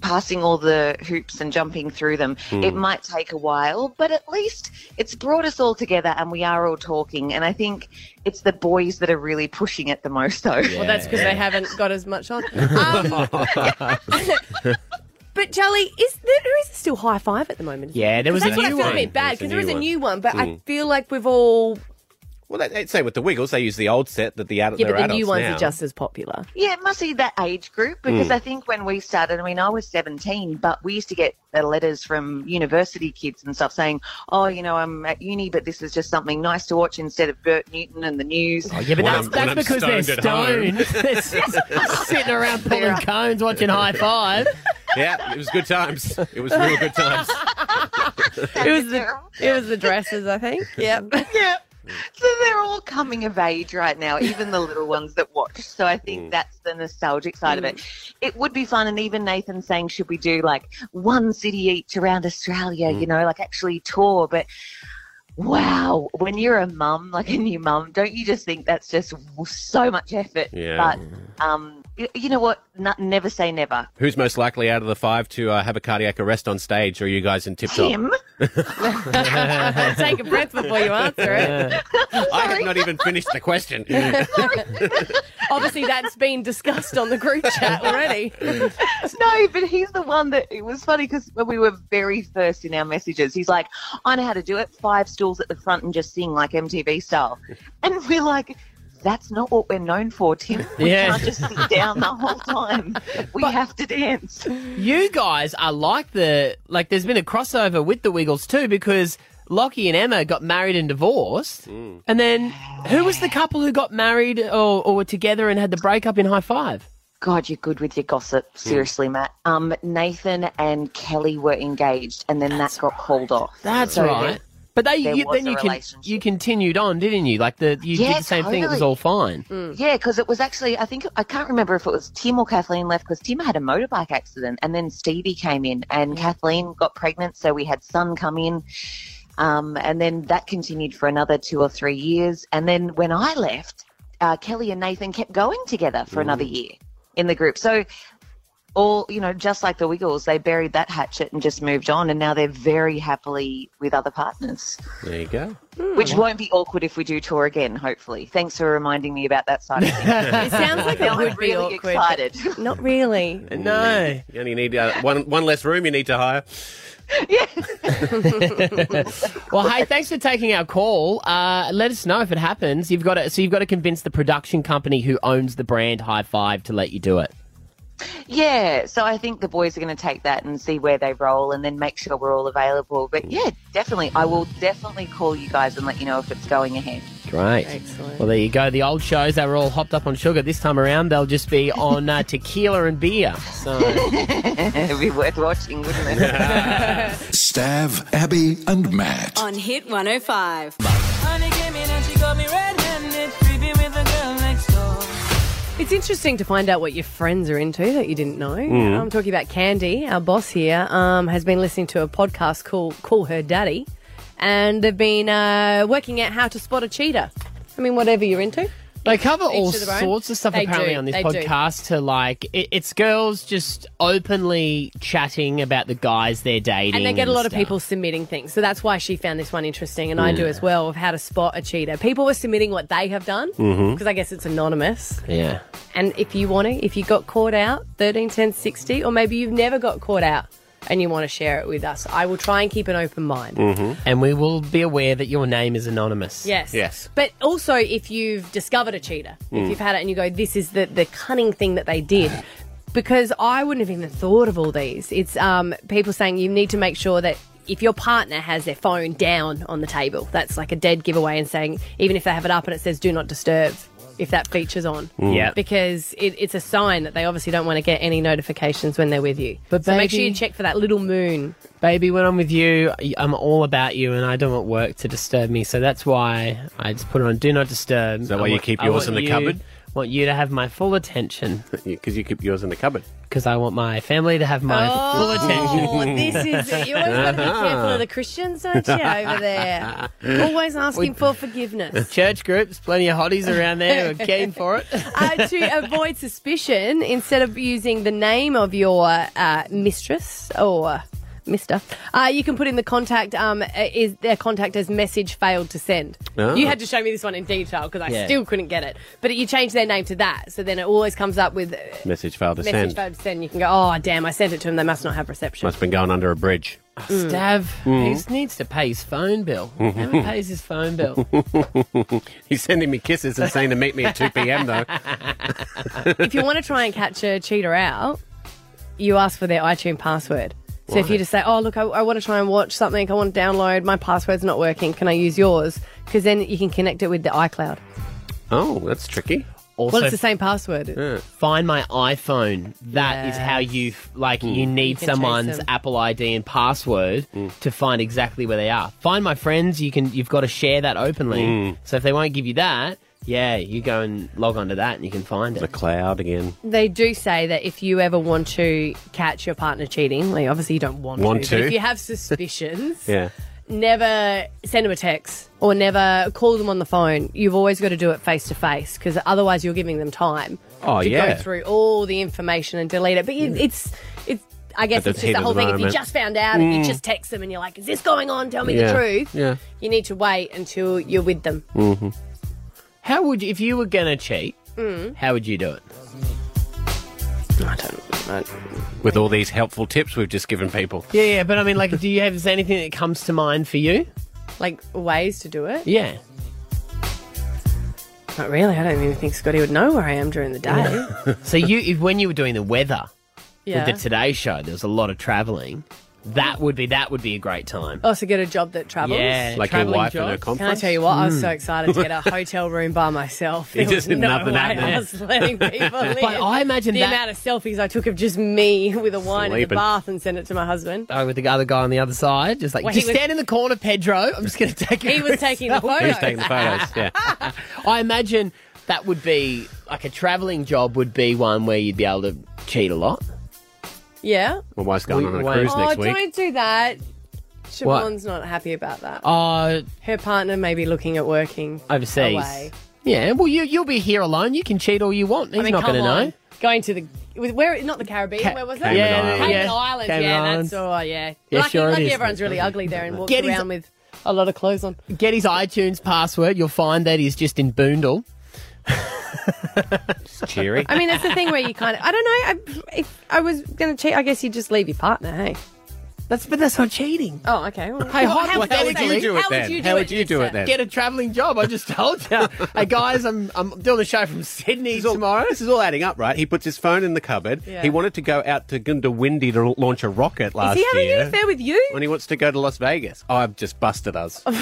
Speaker 17: passing all the hoops and jumping through them.
Speaker 19: Hmm.
Speaker 17: It might take a while, but at least it's brought us all together and we are all talking. And I think it's the boys that are really pushing it the most, though.
Speaker 2: Well, that's because they haven't got as much
Speaker 6: [LAUGHS]
Speaker 2: on. Um, but Charlie, is there, there is still high five at the moment? isn't
Speaker 6: Yeah, there was a
Speaker 2: that's what I
Speaker 6: new
Speaker 2: feel
Speaker 6: one.
Speaker 2: a bit bad
Speaker 1: There's a
Speaker 2: because there
Speaker 1: new
Speaker 2: is a
Speaker 1: one.
Speaker 2: new one, but I
Speaker 1: Mm.
Speaker 2: [LAUGHS] feel like we've all
Speaker 1: Well, they, they say with the Wiggles, they use the old set that the ad-
Speaker 2: yeah,
Speaker 1: they're
Speaker 2: but the new
Speaker 1: adults
Speaker 2: ones
Speaker 1: now.
Speaker 2: are just as popular. [LAUGHS]
Speaker 17: Yeah, it must be that age group because
Speaker 1: Mm.
Speaker 17: I think when we started, I mean, I was 17, but we used to get the letters from university kids and stuff saying, oh, you know, I'm at uni, but this is just something nice to watch instead of Bert Newton and the news.
Speaker 6: Oh, yeah, but that's, that's because they're stoned.
Speaker 2: [LAUGHS]
Speaker 1: [LAUGHS]
Speaker 6: they're sitting around pulling cones watching High
Speaker 17: [LAUGHS]
Speaker 6: Five.
Speaker 1: yeah, it was good times. It was real
Speaker 2: [LAUGHS]
Speaker 1: good times.
Speaker 2: it was the it was the dresses, I think. Yep.
Speaker 17: yeah. So they're all coming of age right now, even the little ones that watch. So I think that's the nostalgic side of it.
Speaker 2: Mm.
Speaker 17: It would be fun, and even Nathan saying, should we do like one city each around Australia? You know, like actually tour, but. Wow, when you're a mum, like a new mum, don't you just think that's just so much effort?
Speaker 1: Yeah.
Speaker 17: But um, you, you know what? N- never say never.
Speaker 1: Who's most likely out of the five to uh, have a cardiac arrest on stage? Or are you guys in tip
Speaker 2: [LAUGHS]
Speaker 1: top?
Speaker 17: Him?
Speaker 2: Take a breath before you answer it.
Speaker 1: I have not even finished
Speaker 2: [LAUGHS]
Speaker 1: the question.
Speaker 2: Obviously, that's been discussed on the group
Speaker 6: [LAUGHS]
Speaker 2: chat already.
Speaker 17: [LAUGHS] no, but he's the one that it was funny because when we were very first in our messages, he's like, I know how to do it. Five stools at the front and just sing like MTV style. And we're like, that's not what we're known for, Tim. We
Speaker 6: Yeah.
Speaker 17: can't just sit down the whole time. We have to dance.
Speaker 6: You guys are like the like. There's been a crossover with the Wiggles too because Lockie and Emma got married and divorced, and then who was the couple who got married or, or were together and had the breakup in High Five?
Speaker 17: God, you're good with your gossip.
Speaker 6: Hmm.
Speaker 17: Seriously, Matt. Um, Nathan and Kelly were engaged, and then that got called off.
Speaker 6: That's
Speaker 17: So
Speaker 6: right.
Speaker 17: there-
Speaker 6: but they
Speaker 17: there
Speaker 6: you,
Speaker 17: was
Speaker 6: then
Speaker 17: a
Speaker 6: you can
Speaker 17: relationship.
Speaker 6: you continued on, didn't you? Like the you
Speaker 17: Yeah,
Speaker 6: did the same thing. It was all
Speaker 17: totally. [LAUGHS]
Speaker 6: fine.
Speaker 17: Yeah, because it was actually, I think, I can't remember if it was Tim or Kathleen left because Tim had a motorbike accident and then Stevie came in and Kathleen got pregnant. So we had son come in. Um, and then that continued for another two or three years. And then when I left, uh, Kelly and Nathan kept going together for another
Speaker 6: Mm.
Speaker 17: year in the group. So all, you know, just like the Wiggles, they buried that hatchet and just moved on. And now they're very happily with other partners.
Speaker 1: There you go.
Speaker 17: Which won't be awkward if we do tour again, hopefully. Thanks for reminding me about that side of
Speaker 2: [LAUGHS]
Speaker 17: things.
Speaker 2: It sounds like it
Speaker 17: Now I'm
Speaker 2: would be
Speaker 17: really
Speaker 2: awkward. but [LAUGHS]
Speaker 17: excited.
Speaker 2: Not really.
Speaker 1: No. You only need uh, one, one less room you need
Speaker 2: [LAUGHS]
Speaker 1: to hire.
Speaker 6: Well, hey, thanks for taking our call. Uh, let us know if it happens. You've got to, so you've got to convince the production company who owns the brand High Five to let you do it.
Speaker 17: Yeah, so I think the boys are going to take that and see where they roll and then make sure we're all available. But yeah, definitely. I will definitely call you guys and let you know if it's going ahead.
Speaker 6: Great.
Speaker 17: Excellent.
Speaker 6: Well, there you go. The old shows they were all hopped up on sugar. This time around, they'll just be on uh, tequila and beer. So
Speaker 17: [LAUGHS] it'd be worth watching, wouldn't
Speaker 3: [LAUGHS]
Speaker 6: it?
Speaker 3: Stav, Abby, and Matt.
Speaker 4: On Hit 105.
Speaker 15: Honey came in and she got me red-handed, creeping with the girl next door.
Speaker 2: It's interesting to find out what your friends are into that you didn't know.
Speaker 15: Mm.
Speaker 2: I'm talking about Candy, our boss here, um, has been listening to a podcast called Call Her Daddy, and they've been uh, working out how to spot a cheater. I mean, whatever you're into.
Speaker 6: They cover
Speaker 2: Each
Speaker 6: all
Speaker 2: to their own.
Speaker 6: sorts of stuff
Speaker 2: They
Speaker 6: apparently
Speaker 2: do,
Speaker 6: on this
Speaker 2: they do.
Speaker 6: podcast to like it, it's girls just openly chatting about the guys they're dating,
Speaker 2: And they get a lot of
Speaker 6: stuff.
Speaker 2: people submitting things. So that's why she found this one interesting, and I
Speaker 6: Mm.
Speaker 2: do as well, of how to spot a cheater. People were submitting what they have done, because
Speaker 6: Mhm.
Speaker 2: I guess it's anonymous.
Speaker 6: Yeah.
Speaker 2: And if you want to, if you got caught out, 13, 10, 60, or maybe you've never got caught out and you want to share it with us, I will try and keep an open mind.
Speaker 6: And we will be aware that your name is anonymous.
Speaker 2: Yes. But also, if you've discovered a cheater, if
Speaker 6: Mm.
Speaker 2: you've had it and you go, this is the, the cunning thing that they did, because I wouldn't have even thought of all these. It's um, people saying you need to make sure that if your partner has their phone down on the table, that's like a dead giveaway, and saying, even if they have it up and it says do not disturb, if that feature's on.
Speaker 6: Mm. Yeah.
Speaker 2: Because it, it's a sign that they obviously don't want to get any notifications when they're with you.
Speaker 6: But
Speaker 2: so make sure
Speaker 6: baby-
Speaker 2: you check for that little moon.
Speaker 6: Baby, when I'm with you, I'm all about you, and I don't want work to disturb me. So that's why I just put it on Do Not Disturb. Is
Speaker 1: that why you keep yours in the cupboard?
Speaker 6: want you to have my full attention.
Speaker 1: Because [LAUGHS] you keep yours in the cupboard.
Speaker 6: Because I want my family to have my full attention. Uh-huh.
Speaker 2: Oh, [LAUGHS] this is it. You always got to be careful of the Christians, don't you, over there? Always asking for forgiveness.
Speaker 6: [LAUGHS] Church groups, plenty of hotties around there who are
Speaker 2: [LAUGHS]
Speaker 6: keen for it.
Speaker 2: uh, to avoid suspicion, instead of using the name of your uh, mistress or mister, uh, you can put in the contact. Um, is their contact as message failed to send?
Speaker 19: Ah.
Speaker 2: You had to show me this one in detail because I
Speaker 1: Yeah.
Speaker 2: still couldn't get it. But you change their name to that, so then it always comes up with uh,
Speaker 1: Message failed to
Speaker 2: message
Speaker 1: send.
Speaker 2: failed to send. You can go, oh damn, I sent it to them. They must not have reception.
Speaker 1: Must have been going under a bridge.
Speaker 6: Oh, Stav,
Speaker 1: Mm.
Speaker 6: he needs to pay his phone bill.
Speaker 1: Mm-hmm.
Speaker 6: Never pays his phone bill.
Speaker 1: [LAUGHS] He's sending me kisses and saying to meet me at 2 p.m. though.
Speaker 2: if
Speaker 1: [LAUGHS]
Speaker 2: you want to try and catch a cheater out, you ask for their iTunes password. So if
Speaker 1: Right.
Speaker 2: you just say, "Oh, look, I, I want to try and watch something. I want to download. My password's not working. Can I use yours?" Because then you can connect it with the iCloud.
Speaker 1: Oh, that's tricky.
Speaker 2: well, it's the same password.
Speaker 6: Find my iPhone. That is
Speaker 2: Yeah.
Speaker 6: how you f- like. You
Speaker 2: You
Speaker 6: need
Speaker 2: can chase
Speaker 6: someone's
Speaker 2: them.
Speaker 6: Apple ID and password to find exactly where they are. Find my friends. You can. You've got to share that openly.
Speaker 1: Mm.
Speaker 6: So if they won't give you that, yeah, you go and log onto that and you can find it. The
Speaker 1: cloud again.
Speaker 2: They do say that if you ever want to catch your partner cheating, like obviously you don't want,
Speaker 1: Want
Speaker 2: to, but
Speaker 1: to.
Speaker 2: if you have suspicions,
Speaker 1: Yeah.
Speaker 2: never send them a text or never call them on the phone. You've always got to do it face to face because otherwise you're giving them time
Speaker 1: Oh,
Speaker 2: to
Speaker 1: yeah.
Speaker 2: go through all the information and delete it. But you, it's it's I guess
Speaker 1: At the
Speaker 2: it's
Speaker 1: heat
Speaker 2: just the
Speaker 1: of
Speaker 2: whole
Speaker 1: the
Speaker 2: thing. If you
Speaker 1: moment.
Speaker 2: just found out and
Speaker 1: Mm.
Speaker 2: you just text them and you're like, "Is this going on? Tell me
Speaker 6: Yeah.
Speaker 2: the truth."
Speaker 6: Yeah.
Speaker 2: You need to wait until you're with them.
Speaker 6: Mm-hmm. How would you, if you were gonna cheat?
Speaker 2: Mm.
Speaker 6: How would you do it?
Speaker 2: I don't.
Speaker 1: With all these helpful tips we've just
Speaker 2: [LAUGHS]
Speaker 1: given people.
Speaker 6: Yeah, yeah, but I mean, like, do you have is there anything that comes to mind for you?
Speaker 2: Like ways to do it?
Speaker 6: Yeah.
Speaker 2: Not really. I don't even think Scotty would know where I am during the day.
Speaker 6: so you, if, when you were doing the weather
Speaker 2: Yeah.
Speaker 6: with the Today Show, there was a lot of travelling. That would be that would be a great time.
Speaker 2: Also, get a job that travels.
Speaker 6: Yeah, Like your travelling wife and her jobs.
Speaker 2: Can I
Speaker 6: conference?
Speaker 2: tell you what? I was
Speaker 6: Mm.
Speaker 2: so excited to get
Speaker 6: [LAUGHS]
Speaker 2: a hotel room by myself.
Speaker 6: You
Speaker 2: There
Speaker 6: just
Speaker 2: was
Speaker 6: did
Speaker 2: no
Speaker 6: nothing
Speaker 2: way
Speaker 6: happening.
Speaker 2: I was letting
Speaker 1: [LAUGHS]
Speaker 2: people in.
Speaker 6: But I imagine
Speaker 2: the
Speaker 6: that-
Speaker 2: amount of selfies I took of just me with a wine in the
Speaker 6: Sleeping.
Speaker 2: bath and sent it to my husband.
Speaker 6: Oh, with the other guy on the other side, just like
Speaker 2: Well, he
Speaker 6: just
Speaker 2: was-
Speaker 6: stand in the corner, Pedro. I'm just going to take.
Speaker 2: [LAUGHS] He was taking the photos.
Speaker 1: Who's taking the
Speaker 6: [LAUGHS]
Speaker 1: photos? Yeah.
Speaker 6: I imagine that would be like a travelling job would be one where you'd be able to cheat a lot.
Speaker 2: Yeah.
Speaker 1: My wife's going
Speaker 6: We-
Speaker 1: on a
Speaker 6: wait.
Speaker 1: cruise
Speaker 2: oh,
Speaker 1: next week.
Speaker 2: don't do that.
Speaker 6: What?
Speaker 2: Siobhan's not happy about that.
Speaker 6: Uh,
Speaker 2: Her partner may be looking at working
Speaker 6: overseas.
Speaker 2: Away.
Speaker 6: Yeah, well, you you'll be here alone. You can cheat all you want. He's
Speaker 2: I mean,
Speaker 6: not
Speaker 2: come
Speaker 6: going to
Speaker 2: on.
Speaker 6: know.
Speaker 2: Going to the with- where? Not the Caribbean. where was it?
Speaker 6: Cayman Yeah, Islands.
Speaker 2: Cayman
Speaker 6: yeah.
Speaker 2: Islands.
Speaker 6: Cayman
Speaker 2: yeah,
Speaker 6: Islands.
Speaker 2: that's all. Yeah.
Speaker 6: Yeah,
Speaker 2: lucky,
Speaker 6: sure it
Speaker 2: lucky
Speaker 6: is.
Speaker 2: everyone's really ugly there and walks
Speaker 6: Get his-
Speaker 2: around with a lot of clothes on.
Speaker 6: Get his iTunes password. You'll find that he's just in Boondall.
Speaker 1: cheery.
Speaker 2: I mean, that's the thing where you kind of. I don't know. I, if I was going to cheat, I guess you just leave your partner. Hey.
Speaker 6: That's but that's not cheating.
Speaker 2: Oh, okay. Well,
Speaker 6: Hey,
Speaker 2: well,
Speaker 6: hot
Speaker 2: how would
Speaker 6: potato,
Speaker 2: you
Speaker 6: how
Speaker 2: do it? How would you do it?
Speaker 1: do it then?
Speaker 6: Get a travelling job. I just told
Speaker 2: [LAUGHS]
Speaker 6: you. hey guys, I'm I'm doing a show from Sydney tomorrow.
Speaker 1: This is all adding up, right? He puts his phone in the cupboard.
Speaker 2: Yeah.
Speaker 1: He wanted to go out to Gundawindi to launch a rocket
Speaker 2: Is
Speaker 1: last
Speaker 2: he having
Speaker 1: year.
Speaker 2: an affair with you?
Speaker 1: When he wants to go to Las Vegas. Oh, I've just
Speaker 2: [LAUGHS]
Speaker 1: busted us. that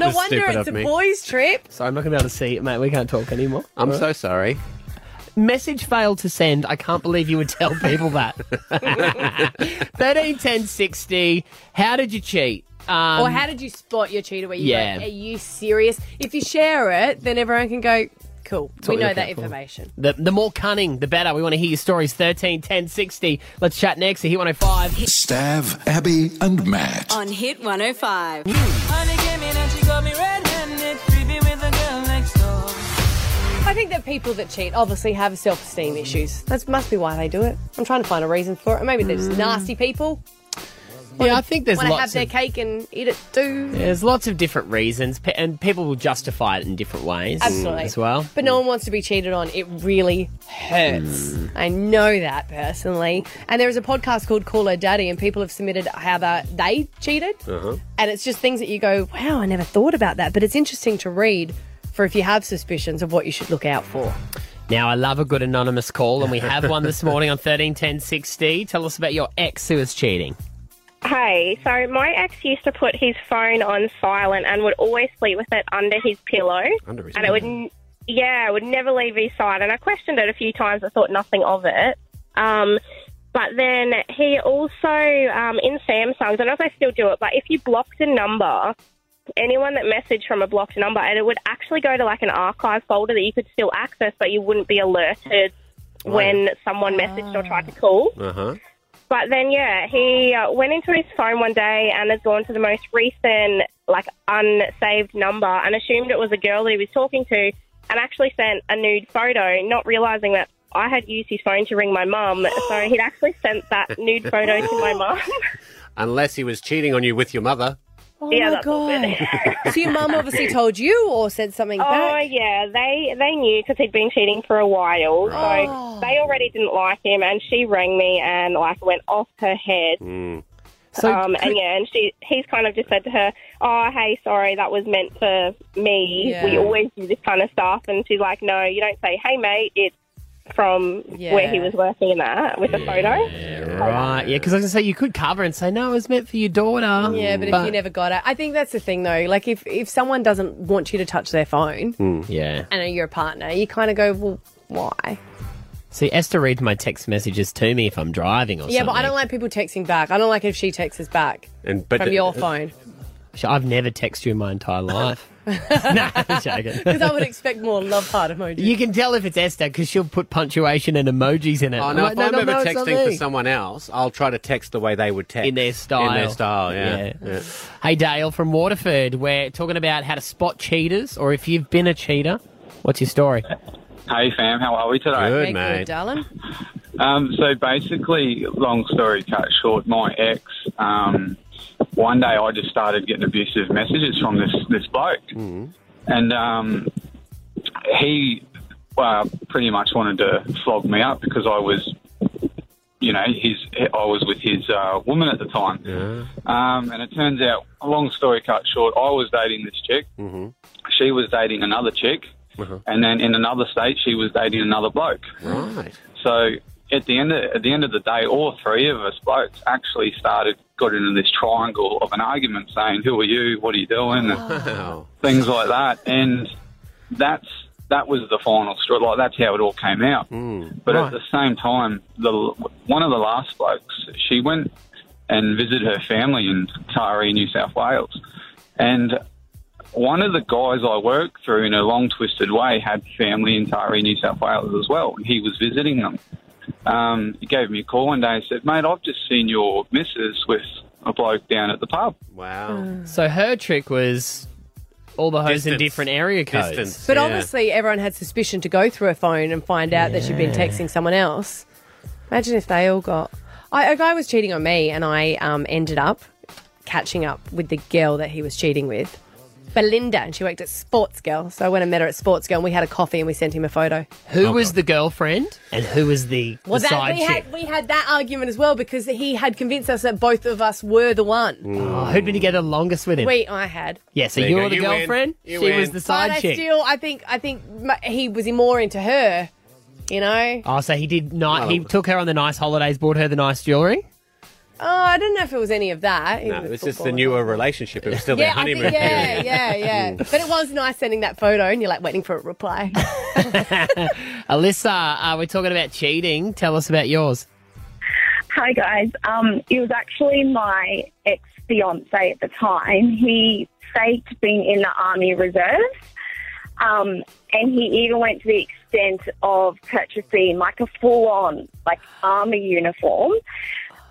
Speaker 2: no
Speaker 1: was
Speaker 2: wonder
Speaker 1: stupid
Speaker 2: it's
Speaker 1: of
Speaker 2: a
Speaker 1: me.
Speaker 2: boys' trip.
Speaker 6: Sorry, I'm not going to be able to see it, mate. We can't talk anymore.
Speaker 1: I'm
Speaker 6: All
Speaker 1: so
Speaker 6: right.
Speaker 1: sorry.
Speaker 6: Message failed to send. I can't believe you would tell people that. 13, 10, 60. How did you cheat? Um,
Speaker 2: or how did you spot your cheater? Where you
Speaker 6: yeah.
Speaker 2: go, are you serious? If you share it, then everyone can go, cool.
Speaker 6: That's
Speaker 2: We
Speaker 6: what we're
Speaker 2: know that
Speaker 6: looking for.
Speaker 2: information.
Speaker 6: The, the more cunning, the better. We want to hear your stories. 13, 10, 60. Let's chat next oh at Hit 105.
Speaker 3: Stav, Abby, and Matt.
Speaker 4: On Hit 105.
Speaker 15: Honey came in and she got me red-handed, creeping with the girl next door.
Speaker 2: I think that people that cheat obviously have self esteem issues. That must be why they do it. I'm trying to find a reason for it. Maybe they're just
Speaker 6: Mm.
Speaker 2: nasty people.
Speaker 6: Yeah, I think there's
Speaker 2: want to have
Speaker 6: lots
Speaker 2: their
Speaker 6: of...
Speaker 2: cake and eat it too.
Speaker 6: There's lots of different reasons, pe- and people will justify it in different ways
Speaker 2: Absolutely.
Speaker 6: as well.
Speaker 2: But no one wants to be cheated on. It really hurts. I know that personally. And there is a podcast called Call Her Daddy, and people have submitted how that they cheated.
Speaker 1: Uh-huh.
Speaker 2: And it's just things that you go, wow, I never thought about that. But it's interesting to read for if you have suspicions of what you should look out for.
Speaker 6: Now, I love a good anonymous call, and we have one this morning on 13, 10, 60. Tell us about your ex who is cheating.
Speaker 20: Hey, so my ex used to put his phone on silent and would always sleep with it under his pillow.
Speaker 1: Under his
Speaker 20: and it would, n- yeah, it would never leave his side. And I questioned it a few times. I thought nothing of it. Um, but then he also um, in Samsung's. I don't know if they still do it, but if you blocked a number, anyone that messaged from a blocked number, and it would actually go to like an archive folder that you could still access, but you wouldn't be alerted when someone messaged or tried to call.
Speaker 19: Uh
Speaker 1: Uh-huh.
Speaker 19: huh.
Speaker 20: But then, yeah, he uh, went into his phone one day and had gone to the most recent, like, unsaved number and assumed it was a girl that he was talking to and actually sent a nude photo, not realizing that I had used his phone to ring my mum. so he'd actually sent that nude photo to my mum. [LAUGHS]
Speaker 1: Unless he was cheating on you with your mother.
Speaker 2: [GASPS] Oh
Speaker 20: Yeah,
Speaker 2: my
Speaker 20: that's all
Speaker 2: god! so your mum
Speaker 20: [LAUGHS]
Speaker 2: obviously told you or said something
Speaker 20: Oh
Speaker 2: back.
Speaker 20: yeah, they they knew because he'd been cheating for a while,
Speaker 19: Oh.
Speaker 20: so they already didn't like him. And she rang me and like went off her head.
Speaker 19: So
Speaker 20: um,
Speaker 19: could-
Speaker 20: and yeah, and she he's kind of just said to her, "Oh, hey, sorry, that was meant for me.
Speaker 19: Yeah.
Speaker 20: We always do this kind of stuff." And she's like, "No, you don't say, hey, mate. It's from where he
Speaker 6: Yeah.
Speaker 20: was working and that with the photo."
Speaker 6: Right, yeah, because I was going to say you could cover and say, no, it was meant for your daughter.
Speaker 2: Yeah, but if you never got it, I think that's the thing though. Like if if someone doesn't want you to touch their phone
Speaker 1: Hmm.
Speaker 6: Yeah.
Speaker 2: and you're a partner, you kind of go, well, why?
Speaker 6: See, Esther reads my text messages to me if I'm driving or
Speaker 2: yeah,
Speaker 6: something.
Speaker 2: but I don't like people texting back. I don't like if she texts us back
Speaker 1: And, uh,
Speaker 2: from
Speaker 6: [LAUGHS]
Speaker 2: your phone
Speaker 6: I've never texted you in my
Speaker 2: [LAUGHS]
Speaker 6: entire life. [LAUGHS] no, joking.
Speaker 2: because I would expect more love heart emoji.
Speaker 6: You can tell if it's Esther because she'll put punctuation and emojis in it.
Speaker 1: Oh,
Speaker 6: I'm
Speaker 1: no,
Speaker 6: like,
Speaker 1: if I'm ever
Speaker 6: it's not
Speaker 1: texting for
Speaker 6: me."
Speaker 1: someone else, I'll try to text the way they would text. In their
Speaker 6: style.
Speaker 1: In their style, yeah.
Speaker 6: Yeah. Hey, Dale from Waterford, we're talking about how to spot cheaters or if you've been a cheater. What's your story?
Speaker 21: Hey fam, how are we today?
Speaker 6: Good,
Speaker 2: darling.
Speaker 21: Um, so basically, long story cut short, my ex. Um, one day, I just started getting abusive messages from this this bloke, and um, he well, pretty much wanted to flog me up because I was, you know, his I was with his uh, woman at the time, um, and it turns out, long story cut short, I was dating this chick.
Speaker 1: Mhm.
Speaker 21: She was dating another chick, Uh-huh. and then in another state, she was dating another bloke.
Speaker 1: Right.
Speaker 21: So at the end of, at the end of the day, all three of us blokes actually started got into this triangle of an argument, saying, "Who are you? What are you doing?" and things like that. And that's that was the final straw. Like that's how it all came out.
Speaker 1: Hmm.
Speaker 21: But at the same time, the one of the last blokes, she went and visited her family in Taree, New South Wales, and. One of the guys I worked through in a long twisted way had family in Taree, New South Wales as well, and he was visiting them um, he gave me a call one day and said, Mate, I've just seen your missus with a bloke down at the pub.
Speaker 1: Wow.
Speaker 2: Mm.
Speaker 6: So her trick was all the hoes in different area codes.
Speaker 2: But obviously, everyone had suspicion to go through her phone and find out that she'd been
Speaker 6: Yeah.
Speaker 2: texting someone else. Imagine if they all got. I, a guy was cheating on me, and I um, ended up catching up with the girl that he was cheating with, Belinda, and she worked at Sports Girl. So I went and met her at Sports Girl, and we had a coffee, and we sent him a photo.
Speaker 1: Oh,
Speaker 6: Who was the girlfriend and who was the,
Speaker 2: Well,
Speaker 6: the
Speaker 2: that,
Speaker 6: side
Speaker 2: we
Speaker 6: chick?
Speaker 2: had we had that argument as well because he had convinced us that both of us were the one.
Speaker 1: Mm.
Speaker 6: Oh, who'd been together longest with him?
Speaker 2: We, I had.
Speaker 6: Yeah, so
Speaker 2: There
Speaker 6: you
Speaker 2: you go.
Speaker 6: were the
Speaker 2: You win.
Speaker 6: girlfriend.
Speaker 2: You
Speaker 6: she was
Speaker 2: win.
Speaker 6: the side
Speaker 2: but
Speaker 6: chick.
Speaker 2: I still, I think, I think m- he was more into her. You know,
Speaker 6: Oh, so he did not. He took her on the nice holidays, bought her the nice jewelry.
Speaker 2: Oh, I don't know if it was any of that.
Speaker 1: No, it was just the
Speaker 2: football.
Speaker 1: newer relationship. It was still
Speaker 2: yeah,
Speaker 1: their
Speaker 2: I
Speaker 1: honeymoon
Speaker 2: think, yeah,
Speaker 1: period.
Speaker 2: yeah,
Speaker 1: [LAUGHS]
Speaker 6: [LAUGHS]
Speaker 2: yeah. but it was nice sending that photo, and you're like waiting for a reply.
Speaker 1: Mm.
Speaker 6: Alyssa, uh, we're talking about cheating. Tell us about yours.
Speaker 22: Hi guys. Um, it was actually my ex fiance at the time. He faked being in the army reserves, um, and he even went to the extent of purchasing like a full on like army uniform,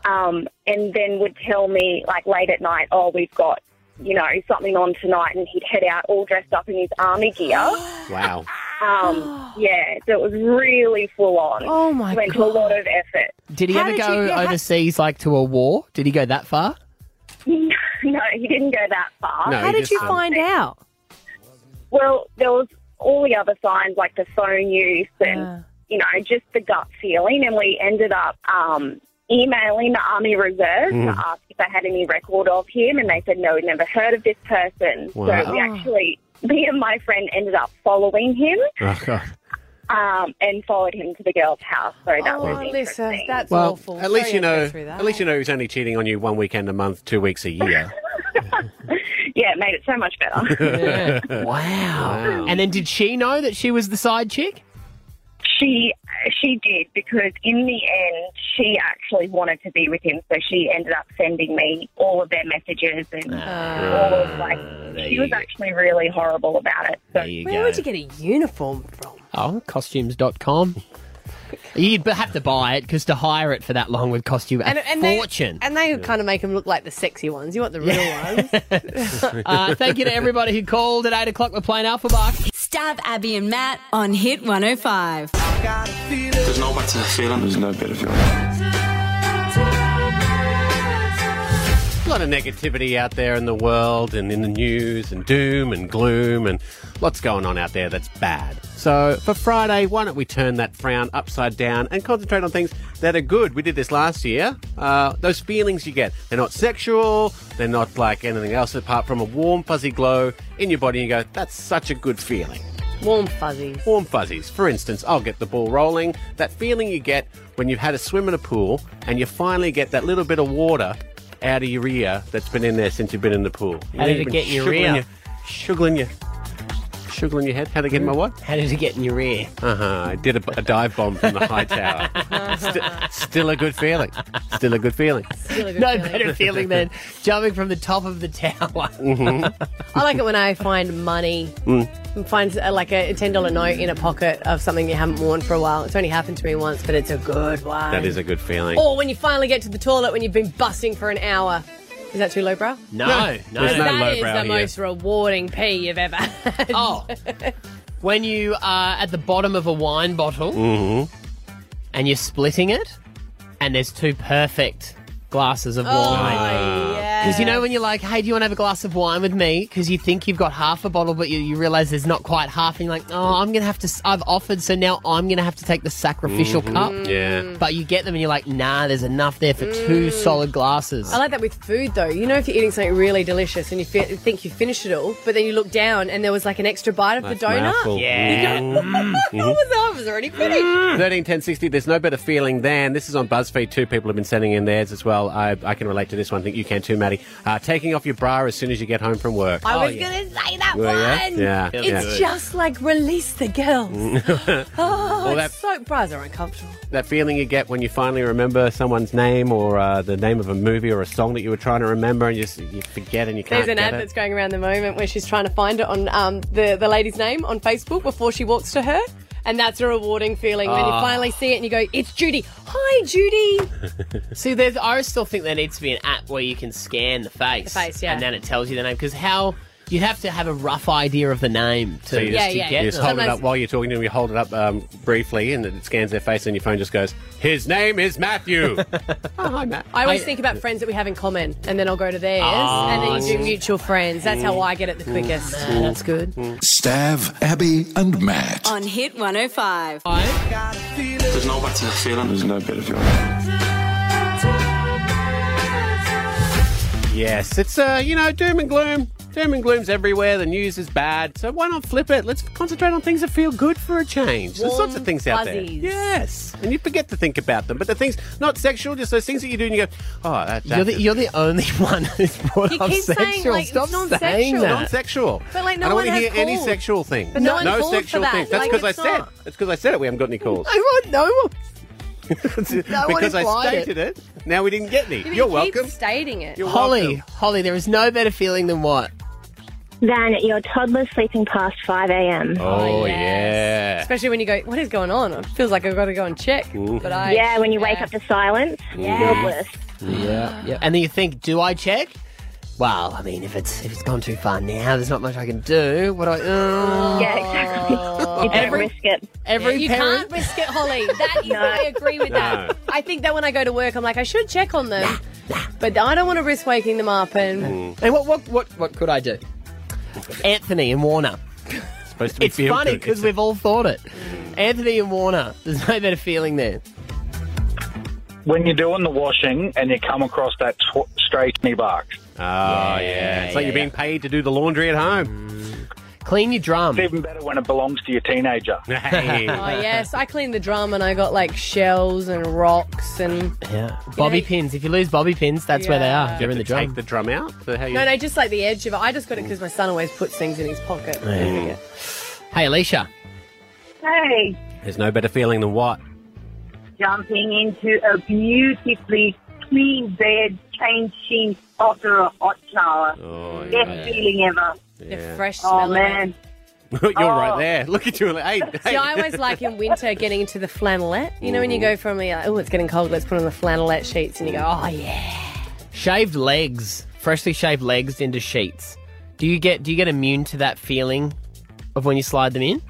Speaker 22: um, and then would tell me like late at night, "Oh, we've got you know something on tonight," and he'd head out all dressed up in his army [GASPS] gear.
Speaker 1: Wow.
Speaker 22: Um, yeah, so it was really full on. Oh my Went to a lot of effort.
Speaker 6: Did he ever go overseas, like to a war? Did he go that far?
Speaker 22: [LAUGHS] no, he didn't go that far.
Speaker 6: No, How he did just, you um, find
Speaker 2: out?
Speaker 22: Well, there was all the other signs like the phone use and
Speaker 2: Ah.
Speaker 22: you know just the gut feeling, and we ended up um, emailing the Army Reserve
Speaker 19: Mm.
Speaker 22: to ask if they had any record of him, and they said no, we'd never heard of this person.
Speaker 19: Wow.
Speaker 22: So we actually, me and my friend ended up following him.
Speaker 1: Oh, God.
Speaker 22: Um, and followed him to the girl's house. So that was
Speaker 2: Oh, Alyssa, that's
Speaker 1: well,
Speaker 2: awful.
Speaker 1: at least
Speaker 2: Sorry
Speaker 1: you
Speaker 2: you had to
Speaker 1: know.
Speaker 2: go through that.
Speaker 1: At least you know he's only cheating on you one weekend a month, two weeks a year.
Speaker 22: yeah, it made it so much
Speaker 2: [LAUGHS]
Speaker 22: better.
Speaker 6: [LAUGHS] Wow. And then did she know that she was the side chick?
Speaker 22: She she did because in the end she actually wanted to be with him, so she ended up sending me all of their messages and
Speaker 1: Ah,
Speaker 22: all of like she was actually really horrible about it. So
Speaker 2: Where would you get a uniform from?
Speaker 6: Oh, costumes.com. You'd have to buy it because to hire it for that long would cost you a fortune.
Speaker 2: They, and they kind of make them look like the sexy ones. You want the real
Speaker 6: [LAUGHS]
Speaker 2: ones.
Speaker 6: uh, thank you to everybody who called at 8 o'clock. We're playing Alpha Bark.
Speaker 4: Stab Abby and Matt on Hit 105.
Speaker 7: There's no better feeling. There's no better feeling.
Speaker 1: A lot of negativity out there in the world and in the news and doom and gloom and lots going on out there that's bad. So for Friday, why don't we turn that frown upside down and concentrate on things that are good? We did this last year. Uh, those feelings you get, they're not sexual, they're not like anything else apart from a warm, fuzzy glow in your body. And you go, that's such a good feeling.
Speaker 2: Warm fuzzies.
Speaker 1: Warm fuzzies. For instance, I'll get the ball rolling. That feeling you get when you've had a swim in a pool and you finally get that little bit of water out of your ear that's been in there since you've been in the pool. You know,
Speaker 6: How did
Speaker 1: you've
Speaker 6: it
Speaker 1: been
Speaker 6: get in your
Speaker 1: sugar in
Speaker 6: ear?
Speaker 1: Your, sugar in your, sugar in your head? How did it get in my what?
Speaker 6: How did it get in your [LAUGHS] ear?
Speaker 1: Uh huh. I did a, a dive bomb from the high tower. St- still a good feeling. Still a good feeling.
Speaker 6: no better feeling than jumping from the top of the tower.
Speaker 1: Mhm.
Speaker 2: I like it when I find money.
Speaker 1: Mm.
Speaker 2: and Find uh, like a ten dollar note in a pocket of something you haven't worn for a while. It's only happened to me once, but it's a good one.
Speaker 1: That is a good feeling.
Speaker 2: Or when you finally get to the toilet when you've been busting for an hour. Is that too lowbrow?
Speaker 1: No, No, no. there's no
Speaker 2: That is
Speaker 1: lowbrow
Speaker 2: the
Speaker 1: here.
Speaker 2: most rewarding pee you've ever had.
Speaker 6: Oh. when you are at the bottom of a wine bottle and you're splitting it, and there's two perfect glasses of
Speaker 2: Oh,
Speaker 1: Ah.
Speaker 6: wine. Because you know when you're like, hey, do you want to have a glass of wine with me? Because you think you've got half a bottle, but you, you realize there's not quite half, and you're like, oh, I'm gonna have to. s- I've offered, so now I'm gonna have to take the sacrificial
Speaker 1: Mhm.
Speaker 6: cup.
Speaker 1: Yeah.
Speaker 6: But you get them, and you're like, nah, there's enough there for two solid glasses.
Speaker 2: Mm. I like that with food though. You know, if you're eating something really delicious and you fi- think you finished it all, but then you look down and there was like an extra bite of the donut.
Speaker 1: Yeah.
Speaker 2: You go, what was that? I was already finished.
Speaker 1: 13 10 60 there's no better feeling than this is on buzzfeed too people have been sending in theirs as well i, I can relate to this one i think you can too maddie uh, taking off your bra as soon as you get home from work
Speaker 2: I was
Speaker 6: Oh,
Speaker 2: going to say that
Speaker 1: Were ya?
Speaker 2: one.
Speaker 1: Yeah,
Speaker 2: It's
Speaker 1: yeah.
Speaker 2: just like release the girls.
Speaker 1: [LAUGHS] gonna
Speaker 2: Oh,
Speaker 1: Well,
Speaker 2: it's so bras are uncomfortable.
Speaker 1: that feeling you get when you finally remember someone's name or uh, the name of a movie or a song that you were trying to remember and you, s- you forget and you can't
Speaker 2: There's an ad
Speaker 1: get it.
Speaker 2: that's going around the moment where she's trying to find it on um, the the lady's name on Facebook before she walks to her, and that's a rewarding feeling when you
Speaker 6: Ah.
Speaker 2: finally see it and you go, "It's Judy." Hi, Judy.
Speaker 6: See, there's, I still think there needs to be an app where you can scan the face.
Speaker 2: The face, yeah.
Speaker 6: And then it tells you the name. Because how. You'd have to have a rough idea of the name to,
Speaker 1: so you just,
Speaker 6: to get
Speaker 1: you just
Speaker 6: them.
Speaker 1: hold it up while you're talking to them. You hold it up um, briefly, and it scans their face, and your phone just goes, "His name is Matthew."
Speaker 2: Oh, hi, Matt. I always
Speaker 1: I-
Speaker 2: think about friends that we have in common, and then I'll go to theirs,
Speaker 3: Ah,
Speaker 2: and then you do
Speaker 3: yes.
Speaker 2: mutual friends. That's how I get it the
Speaker 3: [LAUGHS]
Speaker 2: quickest.
Speaker 3: That's
Speaker 6: good.
Speaker 3: Stav, Abby, and Matt.
Speaker 4: On Hit 105.
Speaker 7: There's no better feeling. There's no better feeling.
Speaker 1: Yes, it's uh, you know, doom and gloom. Doom and gloom's everywhere. The news is bad, so why not flip it? Let's concentrate on things that feel good for a change. There's lots of things out there.
Speaker 6: fuzzies.
Speaker 1: Yes, and you forget to think about them. But the things not sexual, just those things that you do, and you go, oh, that, that
Speaker 6: You're the, you're the only [LAUGHS] one who's brought
Speaker 1: You
Speaker 6: up
Speaker 1: keep saying,
Speaker 6: sexual.
Speaker 1: like,
Speaker 6: Stop
Speaker 1: non-sexual.
Speaker 6: saying
Speaker 2: [LAUGHS]
Speaker 6: that.
Speaker 1: Non-sexual.
Speaker 2: But, like, no
Speaker 1: I don't
Speaker 2: one
Speaker 1: want to hear
Speaker 2: has
Speaker 1: any
Speaker 2: called.
Speaker 1: sexual thing.
Speaker 2: But no one called for
Speaker 1: sexual
Speaker 2: that.
Speaker 1: things. That's
Speaker 2: Like,
Speaker 1: because
Speaker 2: it's
Speaker 1: I said.
Speaker 2: not.
Speaker 1: That's because I said it. We haven't got any
Speaker 6: [LAUGHS]
Speaker 1: calls.
Speaker 6: I want no.
Speaker 1: [LAUGHS]
Speaker 6: No one
Speaker 1: because I
Speaker 6: implied it.
Speaker 1: stated it. Now we didn't get any.
Speaker 2: You
Speaker 1: You're
Speaker 2: keep [LAUGHS]
Speaker 1: welcome.
Speaker 2: Stating it.
Speaker 6: Holly, Holly, there is no better feeling than what?
Speaker 19: Than your toddler sleeping past 5 a.m.
Speaker 1: Oh, yeah.
Speaker 2: Especially when you go, what is going on? It feels like I've got to go and check.
Speaker 6: Mm-hmm.
Speaker 2: But I,
Speaker 19: yeah, when you wake up to silence,
Speaker 6: Yeah.
Speaker 19: you're bliss.
Speaker 6: Yeah, yeah. And then you think, do I check? Well, I mean, if it's if it's gone too far now, there's not much I can do. What do I? Oh.
Speaker 19: Yeah, exactly. You don't
Speaker 6: Every-
Speaker 19: risk it.
Speaker 6: every
Speaker 2: Oh. you
Speaker 6: parent-
Speaker 2: can't risk it, Holly. That is, I agree with that. I think that when I go to work, I'm like, I should check on them, but I don't want to risk waking them up. And
Speaker 1: Mm.
Speaker 6: And what what what what could I do? Anthony and Warner.
Speaker 1: Supposed to be Mm.
Speaker 6: It's
Speaker 1: feel
Speaker 6: funny
Speaker 1: good.
Speaker 6: because we've all thought it. Anthony and Warner. There's no better feeling there.
Speaker 23: when you're doing the washing and you come across that tw- stray 20 bucks.
Speaker 1: Oh yeah, it's like
Speaker 23: yeah,
Speaker 1: you're being paid to do the laundry at home.
Speaker 6: Mm. Clean your drum.
Speaker 23: It's even better when it belongs to your teenager.
Speaker 1: [LAUGHS] Hey.
Speaker 2: oh yes, I cleaned the drum and I got like shells and rocks and
Speaker 6: Yeah. Bobby pins. If you lose bobby pins, that's where they
Speaker 2: Yeah.
Speaker 6: are.
Speaker 2: You
Speaker 6: They're
Speaker 1: have
Speaker 6: in the
Speaker 1: to
Speaker 6: drum.
Speaker 1: take the drum out.
Speaker 2: [LAUGHS]
Speaker 1: how
Speaker 2: no, no, just like the edge of it. I just got it because my son always puts things in his pocket.
Speaker 6: Hey, Alicia.
Speaker 19: Hey,
Speaker 1: There's no better feeling than what?
Speaker 5: Jumping into a beautifully clean bed, changing after a hot shower.
Speaker 1: Oh,
Speaker 5: Best
Speaker 1: yeah.
Speaker 5: feeling ever.
Speaker 1: Yeah.
Speaker 2: fresh
Speaker 5: Oh
Speaker 2: smell.
Speaker 5: man.
Speaker 1: [LAUGHS] You're right there. Look at you. like, Hey,
Speaker 2: Oh. See,
Speaker 1: hey.
Speaker 2: I always like in winter getting into the flannelette. You know, when
Speaker 6: Mm.
Speaker 2: you go from, like, oh, it's getting cold, let's put on the flannelette sheets, and you go, oh, yeah.
Speaker 6: Shaved legs, freshly shaved legs into sheets. Do you get do you get immune to that feeling of when you slide them in,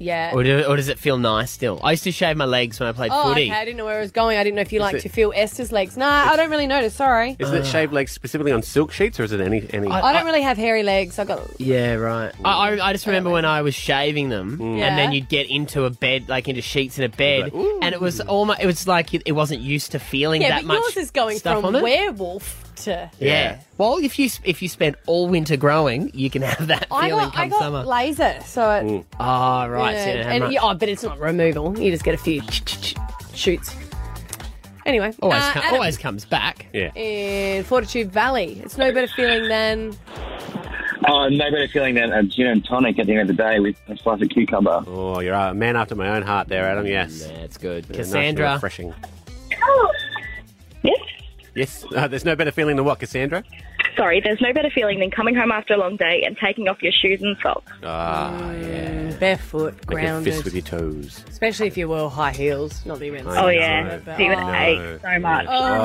Speaker 2: Yeah.
Speaker 6: or, do, or does it feel nice still? I used to shave my legs when I played
Speaker 2: oh,
Speaker 6: footy.
Speaker 2: okay. I didn't know where it was going. I didn't know if you
Speaker 1: Is
Speaker 2: like
Speaker 1: it-
Speaker 2: to feel Esther's legs. Nah, I don't really notice. Sorry.
Speaker 1: Isn't
Speaker 6: Uh,
Speaker 1: it shaved legs specifically on [LAUGHS] silk sheets or is it any. any...
Speaker 2: I, don't really have hairy legs. I got.
Speaker 6: Yeah, right. I, I, I just remember when I was shaving them,
Speaker 2: Yeah.
Speaker 6: and then you'd get into a bed, like into sheets in a bed, and it was almost it was like it, it wasn't used to feeling
Speaker 2: Yeah,
Speaker 6: that
Speaker 2: but
Speaker 6: much.
Speaker 2: yours is going
Speaker 6: stuff on
Speaker 2: from
Speaker 6: it.
Speaker 2: werewolf to.
Speaker 6: Yeah. Well, if you if you spend all winter growing, you can have that
Speaker 2: I
Speaker 6: feeling
Speaker 2: got,
Speaker 6: come
Speaker 2: I got
Speaker 6: summer.
Speaker 2: laser, so it.
Speaker 6: Ah, right.
Speaker 2: Yeah,
Speaker 6: so you don't have
Speaker 2: and,
Speaker 6: much.
Speaker 2: yeah, oh, but it's not removal. You just get a few shoots. Anyway,
Speaker 6: always,
Speaker 2: uh,
Speaker 6: com-
Speaker 2: Adam-
Speaker 6: always comes back.
Speaker 1: Yeah.
Speaker 2: in Fortitude Valley. It's no better feeling than
Speaker 8: Oh, no better feeling than a gin and tonic at the end of the day with a slice of cucumber.
Speaker 1: Oh, you're a man after my own heart there, Adam. Yes.
Speaker 6: That's good.
Speaker 1: Nice
Speaker 6: Cassandra.
Speaker 1: and refreshing.
Speaker 22: [GASPS]
Speaker 1: Yes. Uh, there's no better feeling than what, Cassandra?
Speaker 19: Sorry, there's no better feeling than coming home after a long day and taking off your shoes and socks.
Speaker 1: Ah, yeah.
Speaker 2: barefoot,
Speaker 1: Make a fist
Speaker 2: Mm. grounded.
Speaker 1: with
Speaker 2: Oh,
Speaker 1: your toes.
Speaker 2: Especially if you wear high heels. Not that you meant
Speaker 6: Oh,
Speaker 1: I know, I know.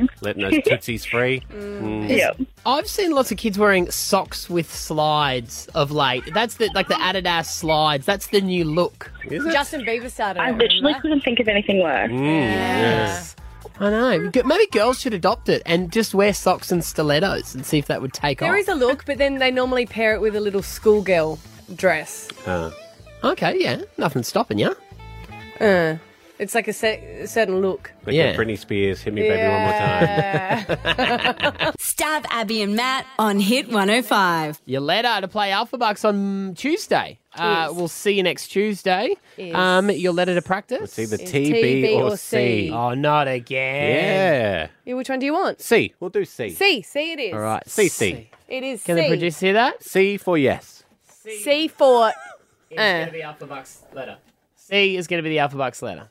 Speaker 1: Oh. Letting those tootsies free. Mm.
Speaker 6: I've seen lots of kids wearing socks with slides of late. That's the like the Adidas slides. That's the new look.
Speaker 2: Oh. Justin Bieber started.
Speaker 19: I
Speaker 2: it,
Speaker 19: literally
Speaker 2: remember?
Speaker 19: couldn't think of anything worse.
Speaker 1: Mm,
Speaker 6: Yes. I know. G- Maybe girls should adopt it and just wear socks and stilettos and see if that would take
Speaker 2: There
Speaker 6: off.
Speaker 2: is a look, but then they normally pair it with a little schoolgirl dress.
Speaker 6: okay, yeah. Nothing stopping you.
Speaker 2: Uh, it's like a, se- certain look.
Speaker 1: Like
Speaker 6: Yeah.
Speaker 1: the Britney Spears, hit me baby one more time.
Speaker 4: Stab Abby and Matt on Hit 105.
Speaker 6: Yoletta uh, to play Alpha Bucks on Tuesday. Uh,
Speaker 4: Yes.
Speaker 6: we'll see you next Tuesday.
Speaker 4: Yes.
Speaker 6: Um, Yoletta to practice. It's
Speaker 1: either It's T, B, T, B, or or C. C.
Speaker 6: Oh, not again.
Speaker 1: Yeah.
Speaker 2: Yeah, which one do you want?
Speaker 1: C. We'll do C.
Speaker 2: C. C it is.
Speaker 1: All right. C, C.
Speaker 2: It is
Speaker 6: Can
Speaker 2: C.
Speaker 6: the producer hear that?
Speaker 1: C for yes.
Speaker 2: C for.
Speaker 6: It's
Speaker 2: Uh.
Speaker 6: going to be Alpha Bucks letter. C is going to be the Alpha Bucks letter.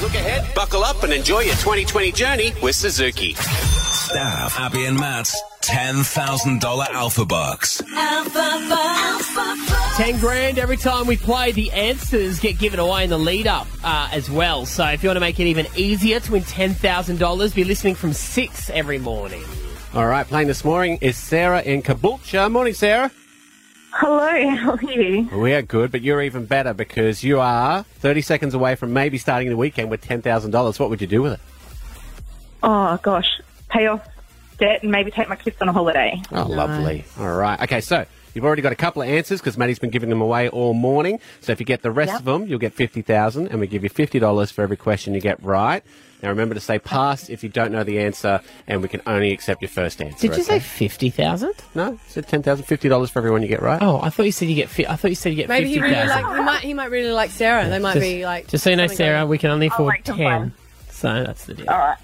Speaker 9: Look ahead, buckle up, and enjoy your 2020 journey with Suzuki. Staff, Abby and Matt's $10,000 Alpha Bucks.
Speaker 6: Ten grand every time we play. The answers get given away in the lead up uh, as well. So if you want to make it even easier to win ten thousand dollars, be listening from six every morning.
Speaker 1: All right, playing this morning is Sarah in Caboolture. Morning, Sarah.
Speaker 19: Hello, how are you?
Speaker 1: We are good, but you're even better because you are 30 seconds away from maybe starting the weekend with $10,000. What would you do with it?
Speaker 19: Oh gosh, pay off debt and maybe take my kids on a holiday.
Speaker 1: Oh, lovely. All right. Okay, so you've already got a couple of answers because Maddie's been giving them away all morning. So if you get the rest
Speaker 19: Yep.
Speaker 1: of them, you'll get 50000 and we give you $50 for every question you get right. Now remember to say pass if you don't know the answer, and we can only accept your first answer.
Speaker 6: Did you say
Speaker 1: okay?
Speaker 6: fifty thousand?
Speaker 1: No, I said ten thousand, fifty dollars for everyone you get right.
Speaker 6: Oh, I thought you said you get. Fi- I thought you said you get
Speaker 2: uh, Maybe he
Speaker 6: fifty
Speaker 2: really
Speaker 6: thousand.
Speaker 2: like. He might. He might really like Sarah. They might
Speaker 6: just,
Speaker 2: be like.
Speaker 6: Just so you know,
Speaker 2: something
Speaker 6: Sarah, we can only
Speaker 2: I'll
Speaker 6: afford
Speaker 2: wait till
Speaker 6: ten. So that's the deal.
Speaker 19: All right.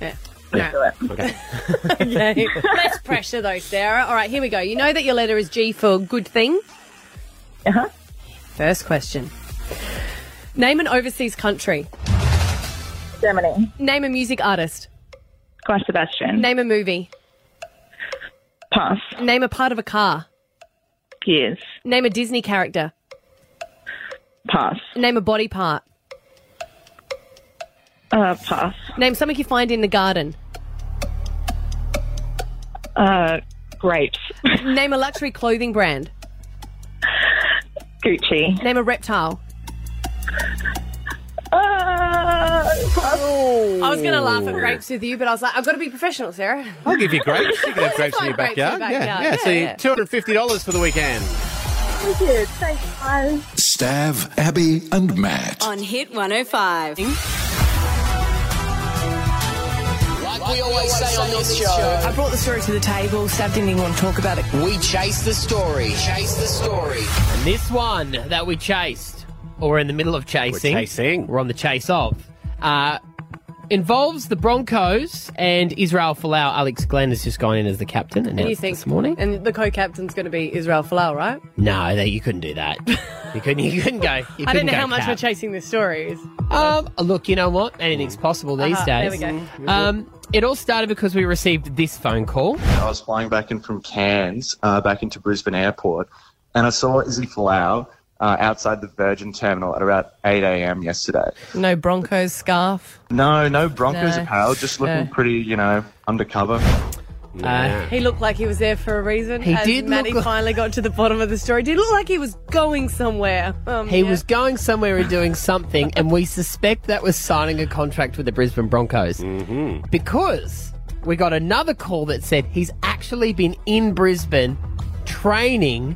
Speaker 2: Yeah.
Speaker 6: Yeah.
Speaker 1: Okay. [LAUGHS]
Speaker 2: Okay. [LAUGHS] Less pressure though, Sarah. All right, here we go. You know that your letter is G for good thing. Uh huh. First question. Name an overseas country.
Speaker 19: Germany.
Speaker 2: Name a music artist.
Speaker 19: Guy Sebastian.
Speaker 2: Name a movie.
Speaker 19: Pass.
Speaker 2: Name a part of a car.
Speaker 19: Gears.
Speaker 2: Name a Disney character.
Speaker 19: Pass.
Speaker 2: Name a body part.
Speaker 19: Uh, pass.
Speaker 2: Name something you find in the garden.
Speaker 19: Uh, grapes. [LAUGHS]
Speaker 2: Name a luxury clothing brand.
Speaker 19: Gucci. Uh,
Speaker 2: Name a reptile. I was going to laugh at grapes with you, but I was like, I've got to be professional, Sarah.
Speaker 1: I'll give you grapes. You can have grapes in
Speaker 2: like
Speaker 1: your
Speaker 2: grapes in
Speaker 1: backyard.
Speaker 2: the
Speaker 1: Yeah,
Speaker 2: backyard.
Speaker 1: yeah.
Speaker 2: Yeah,
Speaker 1: so
Speaker 2: yeah.
Speaker 1: two hundred fifty dollars for the weekend.
Speaker 5: Thank you. Thanks, guys.
Speaker 3: Stav, Abby, and Matt.
Speaker 4: On Hit 105.
Speaker 6: Like we always say on this show,
Speaker 15: I brought the story to the table. Stab didn't even want to talk about it. We chase the story. Chase the story.
Speaker 6: And this one that we chased, or we're in the middle of chasing, we're, chasing. we're on the chase of, uh, involves the Broncos and Israel Folau. Alex Glenn has just gone in as the captain
Speaker 2: What do you
Speaker 6: announced
Speaker 2: think?
Speaker 6: this morning.
Speaker 2: And the co-captain's going to be Israel Folau, right?
Speaker 6: No, that you couldn't
Speaker 2: [LAUGHS]
Speaker 6: do that. You couldn't. You couldn't go.
Speaker 2: I
Speaker 6: You
Speaker 2: don't
Speaker 6: couldn't
Speaker 2: know
Speaker 6: go
Speaker 2: how much
Speaker 6: cap.
Speaker 2: we're chasing this story. Uh,
Speaker 6: Um, look, you know what? Anything's possible these
Speaker 2: Uh-huh, there
Speaker 6: days.
Speaker 2: we go.
Speaker 6: Um, it all started because we received this phone call.
Speaker 10: I was flying back in from Cairns uh, back into Brisbane Airport, and I saw Izzy Falau uh, outside the Virgin terminal at about 8 a.m. yesterday.
Speaker 2: No Broncos scarf.
Speaker 10: No, no Broncos
Speaker 2: No.
Speaker 10: apparel, just looking
Speaker 2: No.
Speaker 10: pretty, you know, undercover.
Speaker 2: He looked like he was there for a reason.
Speaker 6: He
Speaker 2: as
Speaker 6: did look
Speaker 2: Maddie
Speaker 6: like-
Speaker 2: finally got to the bottom of the story. Did look like he was going somewhere. Um,
Speaker 6: He
Speaker 2: yeah.
Speaker 6: was going somewhere and doing something, and we suspect that was signing a contract with the Brisbane Broncos. Mm-hmm. Because we got another call that said he's actually been in Brisbane training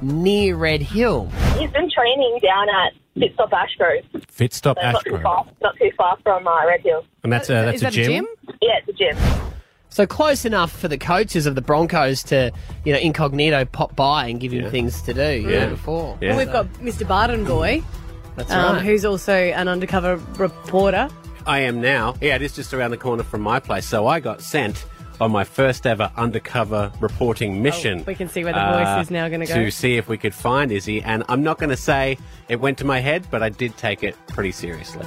Speaker 6: near Red Hill.
Speaker 22: He's been training down at Pitstop Ash Grove.
Speaker 1: Fitstop
Speaker 22: so not too
Speaker 1: Ashgrove.
Speaker 22: far, not too far from uh, Red Hill.
Speaker 1: And that's a, that's a, gym?
Speaker 22: Yeah, it's a gym.
Speaker 6: So close enough for the coaches of the Broncos to, you know, incognito pop by and give him things to do. you know, before.
Speaker 2: Well, we've got Mr. Barton Boy. um,
Speaker 6: That's right.
Speaker 2: Who's also an undercover reporter.
Speaker 1: I am now. Yeah, it is just around the corner from my place. So I got sent on my first ever undercover reporting mission.
Speaker 2: Oh, we can see where the voice is now gonna go.
Speaker 1: Uh, To see if we could find Izzy. And I'm not going to say it went to my head, but I did take it pretty seriously.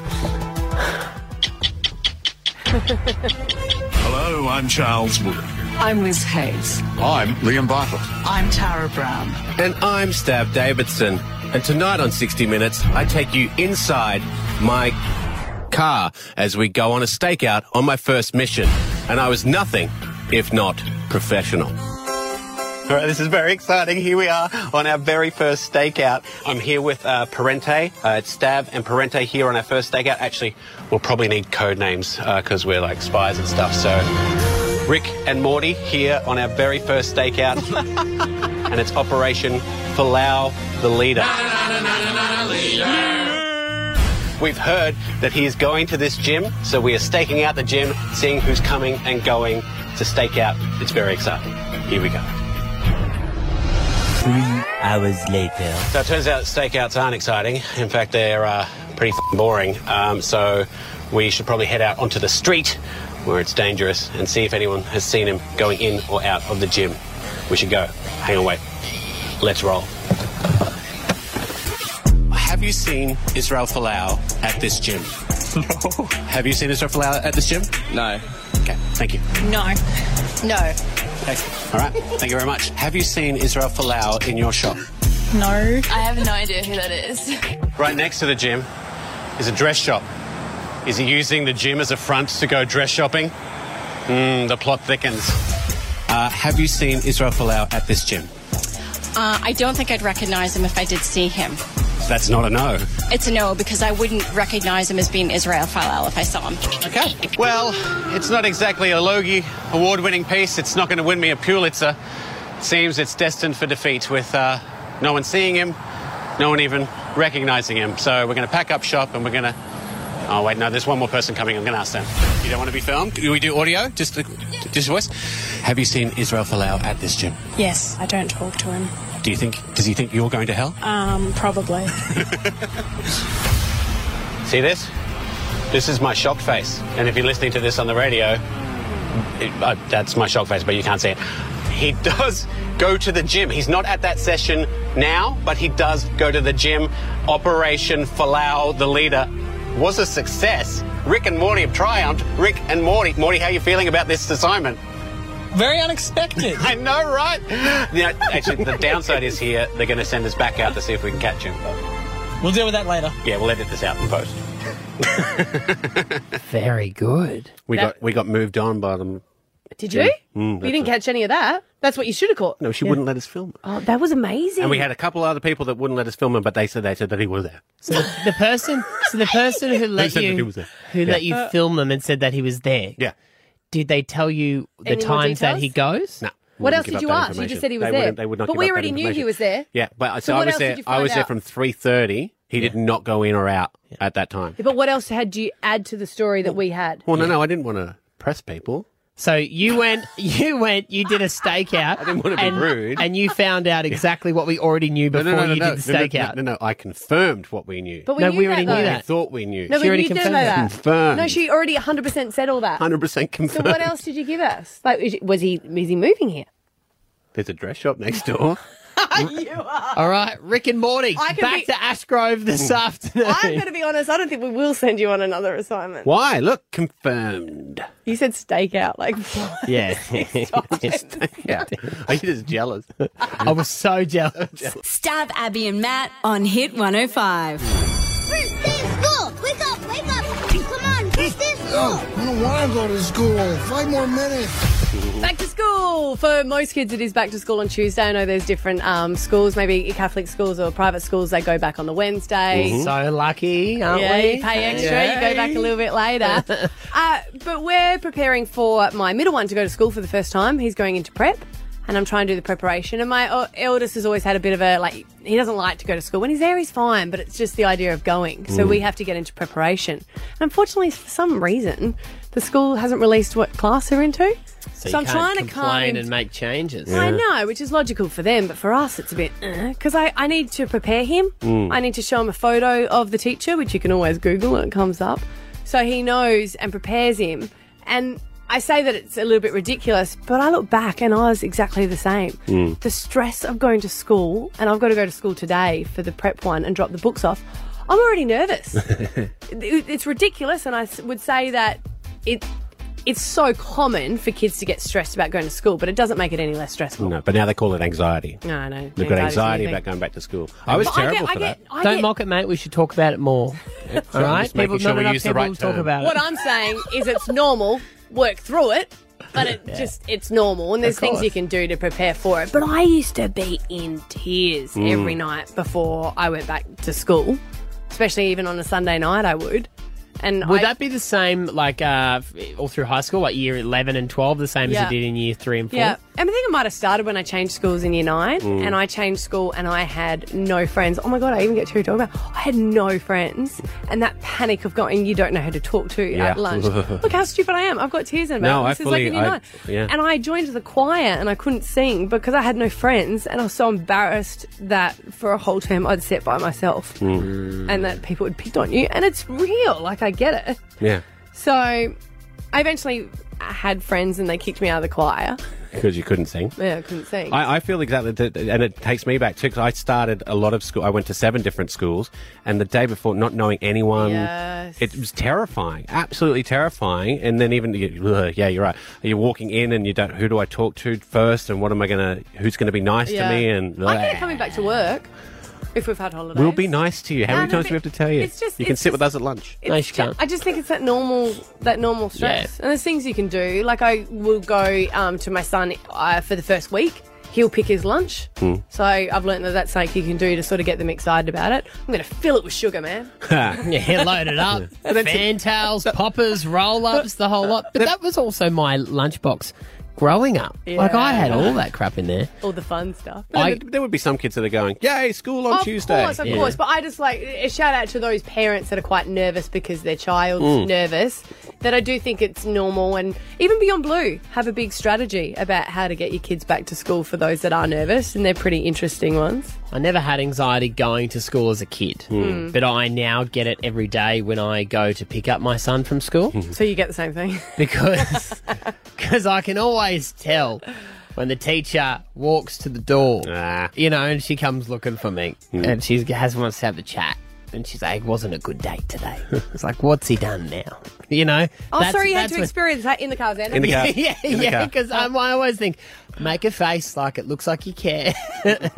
Speaker 3: Hello, I'm Charles Wood.
Speaker 11: I'm Liz Hayes.
Speaker 1: I'm Liam Bartlett.
Speaker 11: I'm Tara Brown.
Speaker 1: And I'm Stav Davidson. And tonight on 60 Minutes, I take you inside my car as we go on a stakeout on my first mission. And I was nothing if not professional. All right, this is very exciting. Here we are on our very first stakeout. I'm here with uh, Parente. Uh, it's Stav and Parente here on our first stakeout. Actually, we'll probably need code names because we're like spies and stuff. So, Rick and Morty here on our very first stakeout, and it's Operation Falau the Leader.
Speaker 6: [LAUGHS]
Speaker 1: We've heard that he is going to this gym, so we are staking out the gym, seeing who's coming and going to stake out. It's very exciting. Here we
Speaker 13: [LAUGHS]
Speaker 1: go.
Speaker 13: Three hours later.
Speaker 1: So it turns out stakeouts aren't exciting. In fact, they're uh, pretty f- boring. Um, so we should probably head out onto the street where it's dangerous and see if anyone has seen him going in or out of the gym. We should go. Hang on, wait. Let's roll. Have you seen Israel Folau at this gym? No. Have you seen Israel Folau at this gym? No. Okay, thank you.
Speaker 24: No. No.
Speaker 1: Excellent. All right, thank you very much. Have you seen Israel Folau in your shop?
Speaker 24: No. I have no idea who that is.
Speaker 1: Right next to the gym is a dress shop. Is he using the gym as a front to go dress shopping? Mm, the plot thickens. Uh, have you seen Israel Folau at this gym?
Speaker 24: Uh, I don't think I'd recognize him if I did see him.
Speaker 1: That's not a no.
Speaker 24: It's a no because I wouldn't recognize him as being Israel Falal if I saw him.
Speaker 1: Okay. Well, it's not exactly a Logie award winning piece. It's not going to win me a Pulitzer. Seems it's destined for defeat with uh, no one seeing him, no one even recognizing him. So we're going to pack up shop and we're going to. Oh, wait, no, there's one more person coming. I'm going to ask them. You don't want to be filmed? Do we do audio? Just, just voice? Have you seen Israel Folau at this gym?
Speaker 24: Yes, I don't talk to him.
Speaker 1: Do you think, does he think you're going to hell?
Speaker 24: Um, probably.
Speaker 2: Mm,
Speaker 1: See this? This is my shocked face. And if you're listening to this on the radio, it, uh, that's my shocked face, but you can't see it. He [LAUGHS] does go to the gym. He's not at that session now, but he does go to the gym. Operation Falau, the leader, was a success. Rick and Morty have triumphed. Rick and Morty. Morty, how are you feeling about this assignment?
Speaker 2: [LAUGHS]
Speaker 1: Very unexpected. I know, right? Now, actually, the downside is here, they're going to send us back out to see if we can catch him.
Speaker 25: We'll deal with that later.
Speaker 1: Yeah, we'll edit this out in post.
Speaker 6: [LAUGHS] Very good.
Speaker 1: We
Speaker 2: That-
Speaker 1: got we got moved on by them.
Speaker 2: Did
Speaker 1: Yeah.
Speaker 2: you?
Speaker 1: Mm,
Speaker 2: you
Speaker 1: that's
Speaker 2: didn't
Speaker 1: right.
Speaker 2: catch any of that. That's what you should have caught.
Speaker 1: No, she wouldn't let us film.
Speaker 2: Oh, that was amazing.
Speaker 1: And we had a couple other people that wouldn't let us film him, but they said they said that he was there.
Speaker 6: So the, the person, so the person who let
Speaker 1: said that he
Speaker 6: you,
Speaker 1: was there?
Speaker 6: who
Speaker 1: Yeah.
Speaker 6: let you
Speaker 1: Uh,
Speaker 6: film them and said that he was there.
Speaker 1: Yeah.
Speaker 6: Did they tell you the
Speaker 2: Any more
Speaker 6: times that
Speaker 2: details?
Speaker 6: he goes? No.
Speaker 2: What else did you ask? You just said he was
Speaker 1: They
Speaker 2: there.
Speaker 1: wouldn't- they would not
Speaker 2: but
Speaker 1: give
Speaker 2: we
Speaker 1: up that
Speaker 2: already knew he
Speaker 1: information.
Speaker 2: was there.
Speaker 1: Yeah, but uh,
Speaker 2: So
Speaker 1: so, I
Speaker 2: what
Speaker 1: was
Speaker 2: else
Speaker 1: there.
Speaker 2: did you
Speaker 1: I was
Speaker 2: find
Speaker 1: there
Speaker 2: out?
Speaker 1: from three thirty. He did not go in or out at that time.
Speaker 2: But what else had you add to the story that we had?
Speaker 1: Well, no, no, I didn't want to press people.
Speaker 6: So you went, you went, you did
Speaker 1: [LAUGHS]
Speaker 6: a stakeout. I didn't
Speaker 1: want to be
Speaker 6: and,
Speaker 1: rude.
Speaker 6: And you found out exactly what we already knew before you
Speaker 1: no,
Speaker 6: did the
Speaker 1: no, no,
Speaker 6: stakeout.
Speaker 1: No, no, I confirmed what we knew.
Speaker 2: But we No, knew we already that, knew though. that.
Speaker 1: We thought we knew.
Speaker 2: No, but you did know that.
Speaker 1: Confirmed.
Speaker 2: No, she already 100% said all that.
Speaker 1: 100%
Speaker 2: So
Speaker 1: confirmed. [LAUGHS]
Speaker 2: what else did you give us? Like, is- was he is he moving here?
Speaker 1: There's a dress shop next [LAUGHS] door.
Speaker 6: All right, Rick and Morty,
Speaker 2: I can
Speaker 6: back
Speaker 2: be-
Speaker 6: to Ashgrove this
Speaker 1: Mm.
Speaker 6: afternoon.
Speaker 2: [LAUGHS] I'm going to be honest. I don't think we will send you on another assignment.
Speaker 1: Why? Look, confirmed.
Speaker 6: [LAUGHS]
Speaker 2: You said stakeout. Like, [LAUGHS]
Speaker 1: [LAUGHS] Yeah. [LAUGHS] yeah. Are you just jealous?
Speaker 6: I was so jealous.
Speaker 4: Stab Abby and Matt on Hit 105.
Speaker 14: School! Wake up! Wake up! Come on, where's this school?
Speaker 2: I don't want to go to school. Five more minutes. Back to school. For most kids, it is back to school on Tuesday. I know there's different um, schools, maybe Catholic schools or private schools, they go back on the Wednesday.
Speaker 6: So lucky, aren't
Speaker 2: yeah,
Speaker 6: we?
Speaker 2: you pay extra, you go back a little bit
Speaker 6: [LAUGHS]
Speaker 2: later. uh, but we're preparing for my middle one to go to school for the first time. He's going into prep, and I'm trying to do the preparation. And my uh, eldest has always had a bit of a like, he doesn't like to go to school. When he's there, he's fine, but it's just the idea of going. So
Speaker 16: Mm.
Speaker 2: we have to get into preparation. And unfortunately, for some reason, the school hasn't released what class they're into.
Speaker 6: So,
Speaker 2: I'm trying to calm him
Speaker 6: complain and make changes.
Speaker 2: I know, which is logical for them, but for us, it's a bit because I, I need to prepare him.
Speaker 6: Mm.
Speaker 2: I need to show him a photo of the teacher, which you can always Google and it comes up, so he knows and prepares him. And I say that it's a little bit ridiculous, but I look back and I was exactly the same.
Speaker 1: Hmm.
Speaker 17: Mm.
Speaker 2: The stress of going to school, and I've got to go to school today for the prep one and drop the books off. I'm already nervous. It- it's ridiculous, and I s- would say that it. It's so common for kids to get stressed about going to school, but it doesn't make it any less stressful.
Speaker 1: [LAUGHS] No, but now they call it anxiety.
Speaker 2: No, I know.
Speaker 1: They've got
Speaker 2: Anxiety's
Speaker 1: anxiety
Speaker 2: anything.
Speaker 1: about going back to school. I was
Speaker 6: But I get-
Speaker 1: terrible
Speaker 6: I
Speaker 1: for
Speaker 6: get-
Speaker 1: that.
Speaker 2: I
Speaker 6: Don't
Speaker 2: get-
Speaker 6: mock it, mate. We should talk about
Speaker 1: [LAUGHS]
Speaker 6: it more. All
Speaker 1: I'm
Speaker 6: right,
Speaker 1: just making
Speaker 6: people,
Speaker 1: sure
Speaker 6: not
Speaker 1: we
Speaker 6: enough
Speaker 1: use the
Speaker 6: people
Speaker 1: right
Speaker 6: talk
Speaker 1: term.
Speaker 6: about it.
Speaker 2: What I'm saying is it's normal, work through it, but it just, it's normal. And there's
Speaker 6: Of
Speaker 2: things
Speaker 6: course.
Speaker 2: you can do to prepare for it. But I used to be in tears
Speaker 6: Mm.
Speaker 2: every night before I went back to school, especially even on a Sunday night, I would. And
Speaker 6: Would
Speaker 2: I,
Speaker 6: that be the same, like uh, f- all through high school, like year eleven and twelve, the same
Speaker 2: Yeah.
Speaker 6: as you did in year three and four?
Speaker 2: Yeah, and I think it might have started when I changed schools in year nine,
Speaker 6: Mm.
Speaker 2: and I changed school and I had no friends. Oh my god, I even get too talk about. I had no friends, and that panic of going, you don't know who to talk to
Speaker 1: Yeah.
Speaker 2: at
Speaker 1: [LAUGHS]
Speaker 2: lunch. Look how stupid I am. I've got tears in my
Speaker 1: No, I
Speaker 2: eyes. This
Speaker 1: fully-
Speaker 2: is like in year
Speaker 1: I-
Speaker 2: nine.
Speaker 1: yeah.
Speaker 2: And I joined the choir and I couldn't sing because I had no friends, and I was so embarrassed that for a whole term I'd sit by myself,
Speaker 1: Mm.
Speaker 2: and that people would pick on you. And it's real. Like I get it.
Speaker 1: Yeah,
Speaker 2: So, I eventually had friends, and they kicked me out of the choir.
Speaker 1: because you couldn't sing.
Speaker 2: Yeah, I couldn't sing.
Speaker 1: I, I feel exactly that, and it takes me back too, because I started a lot of school. I went to seven different schools, and the day before, not knowing anyone,
Speaker 2: Yes.
Speaker 1: it was terrifying, absolutely terrifying. And then even, you- ugh, yeah, you're right. You're walking in, and you don't. Who do I talk to first? And what am I gonna? Who's gonna be nice
Speaker 2: Yeah.
Speaker 1: to me? And
Speaker 2: I get it coming back to work if we've had holidays.
Speaker 1: we'll be nice to you. How
Speaker 2: No,
Speaker 1: many
Speaker 2: no,
Speaker 1: times do we have to tell you?
Speaker 2: it's just-
Speaker 1: you can
Speaker 2: it's
Speaker 1: sit with
Speaker 2: just-
Speaker 1: us at lunch.
Speaker 2: No,
Speaker 6: she can't.
Speaker 2: I just think it's that normal, that normal stress, and there's things you can do. Like I will go um, to my son uh, for the first week. He'll pick his lunch.
Speaker 6: Hmm.
Speaker 2: So I've learned that that's something you can do to sort of get them excited about it. I'm going to fill it with sugar,
Speaker 1: [LAUGHS]
Speaker 2: man.
Speaker 6: [LAUGHS] [LAUGHS] yeah, loaded up. Fantails, poppers, roll ups, the whole lot. But that was also my lunchbox growing up. Like, I had
Speaker 1: Yeah.
Speaker 6: all that crap in there.
Speaker 2: All the fun stuff.
Speaker 1: But there- there would be some kids that are going, "Yay, school on
Speaker 2: of
Speaker 1: Tuesday!"
Speaker 2: course, of course. But I just like a shout out to those parents that are quite nervous because their child's
Speaker 1: Mm.
Speaker 2: nervous. That I do think it's normal, and even Beyond Blue have a big strategy about how to get your kids back to school for those that are nervous, and they're pretty interesting ones.
Speaker 6: I never had anxiety going to school as a kid,
Speaker 1: Hmm.
Speaker 2: Mm.
Speaker 6: but I now get it every day when I go to pick up my son from school
Speaker 2: So you get the same thing.
Speaker 6: because cause I can always tell when the teacher walks to the door,
Speaker 1: Ah.
Speaker 6: you know, and she comes looking for me
Speaker 1: Hmm.
Speaker 6: and she has wants to have a chat. And she's like, it wasn't a good day
Speaker 1: [LAUGHS]
Speaker 6: today. It's like, what's he done now? You know?
Speaker 2: Oh,
Speaker 6: That's-
Speaker 2: sorry, you had
Speaker 6: that's
Speaker 2: to
Speaker 6: when-
Speaker 2: experience that in the car, Xander.
Speaker 6: [LAUGHS] yeah, yeah, because I'm I always think, make a face like it looks like you care,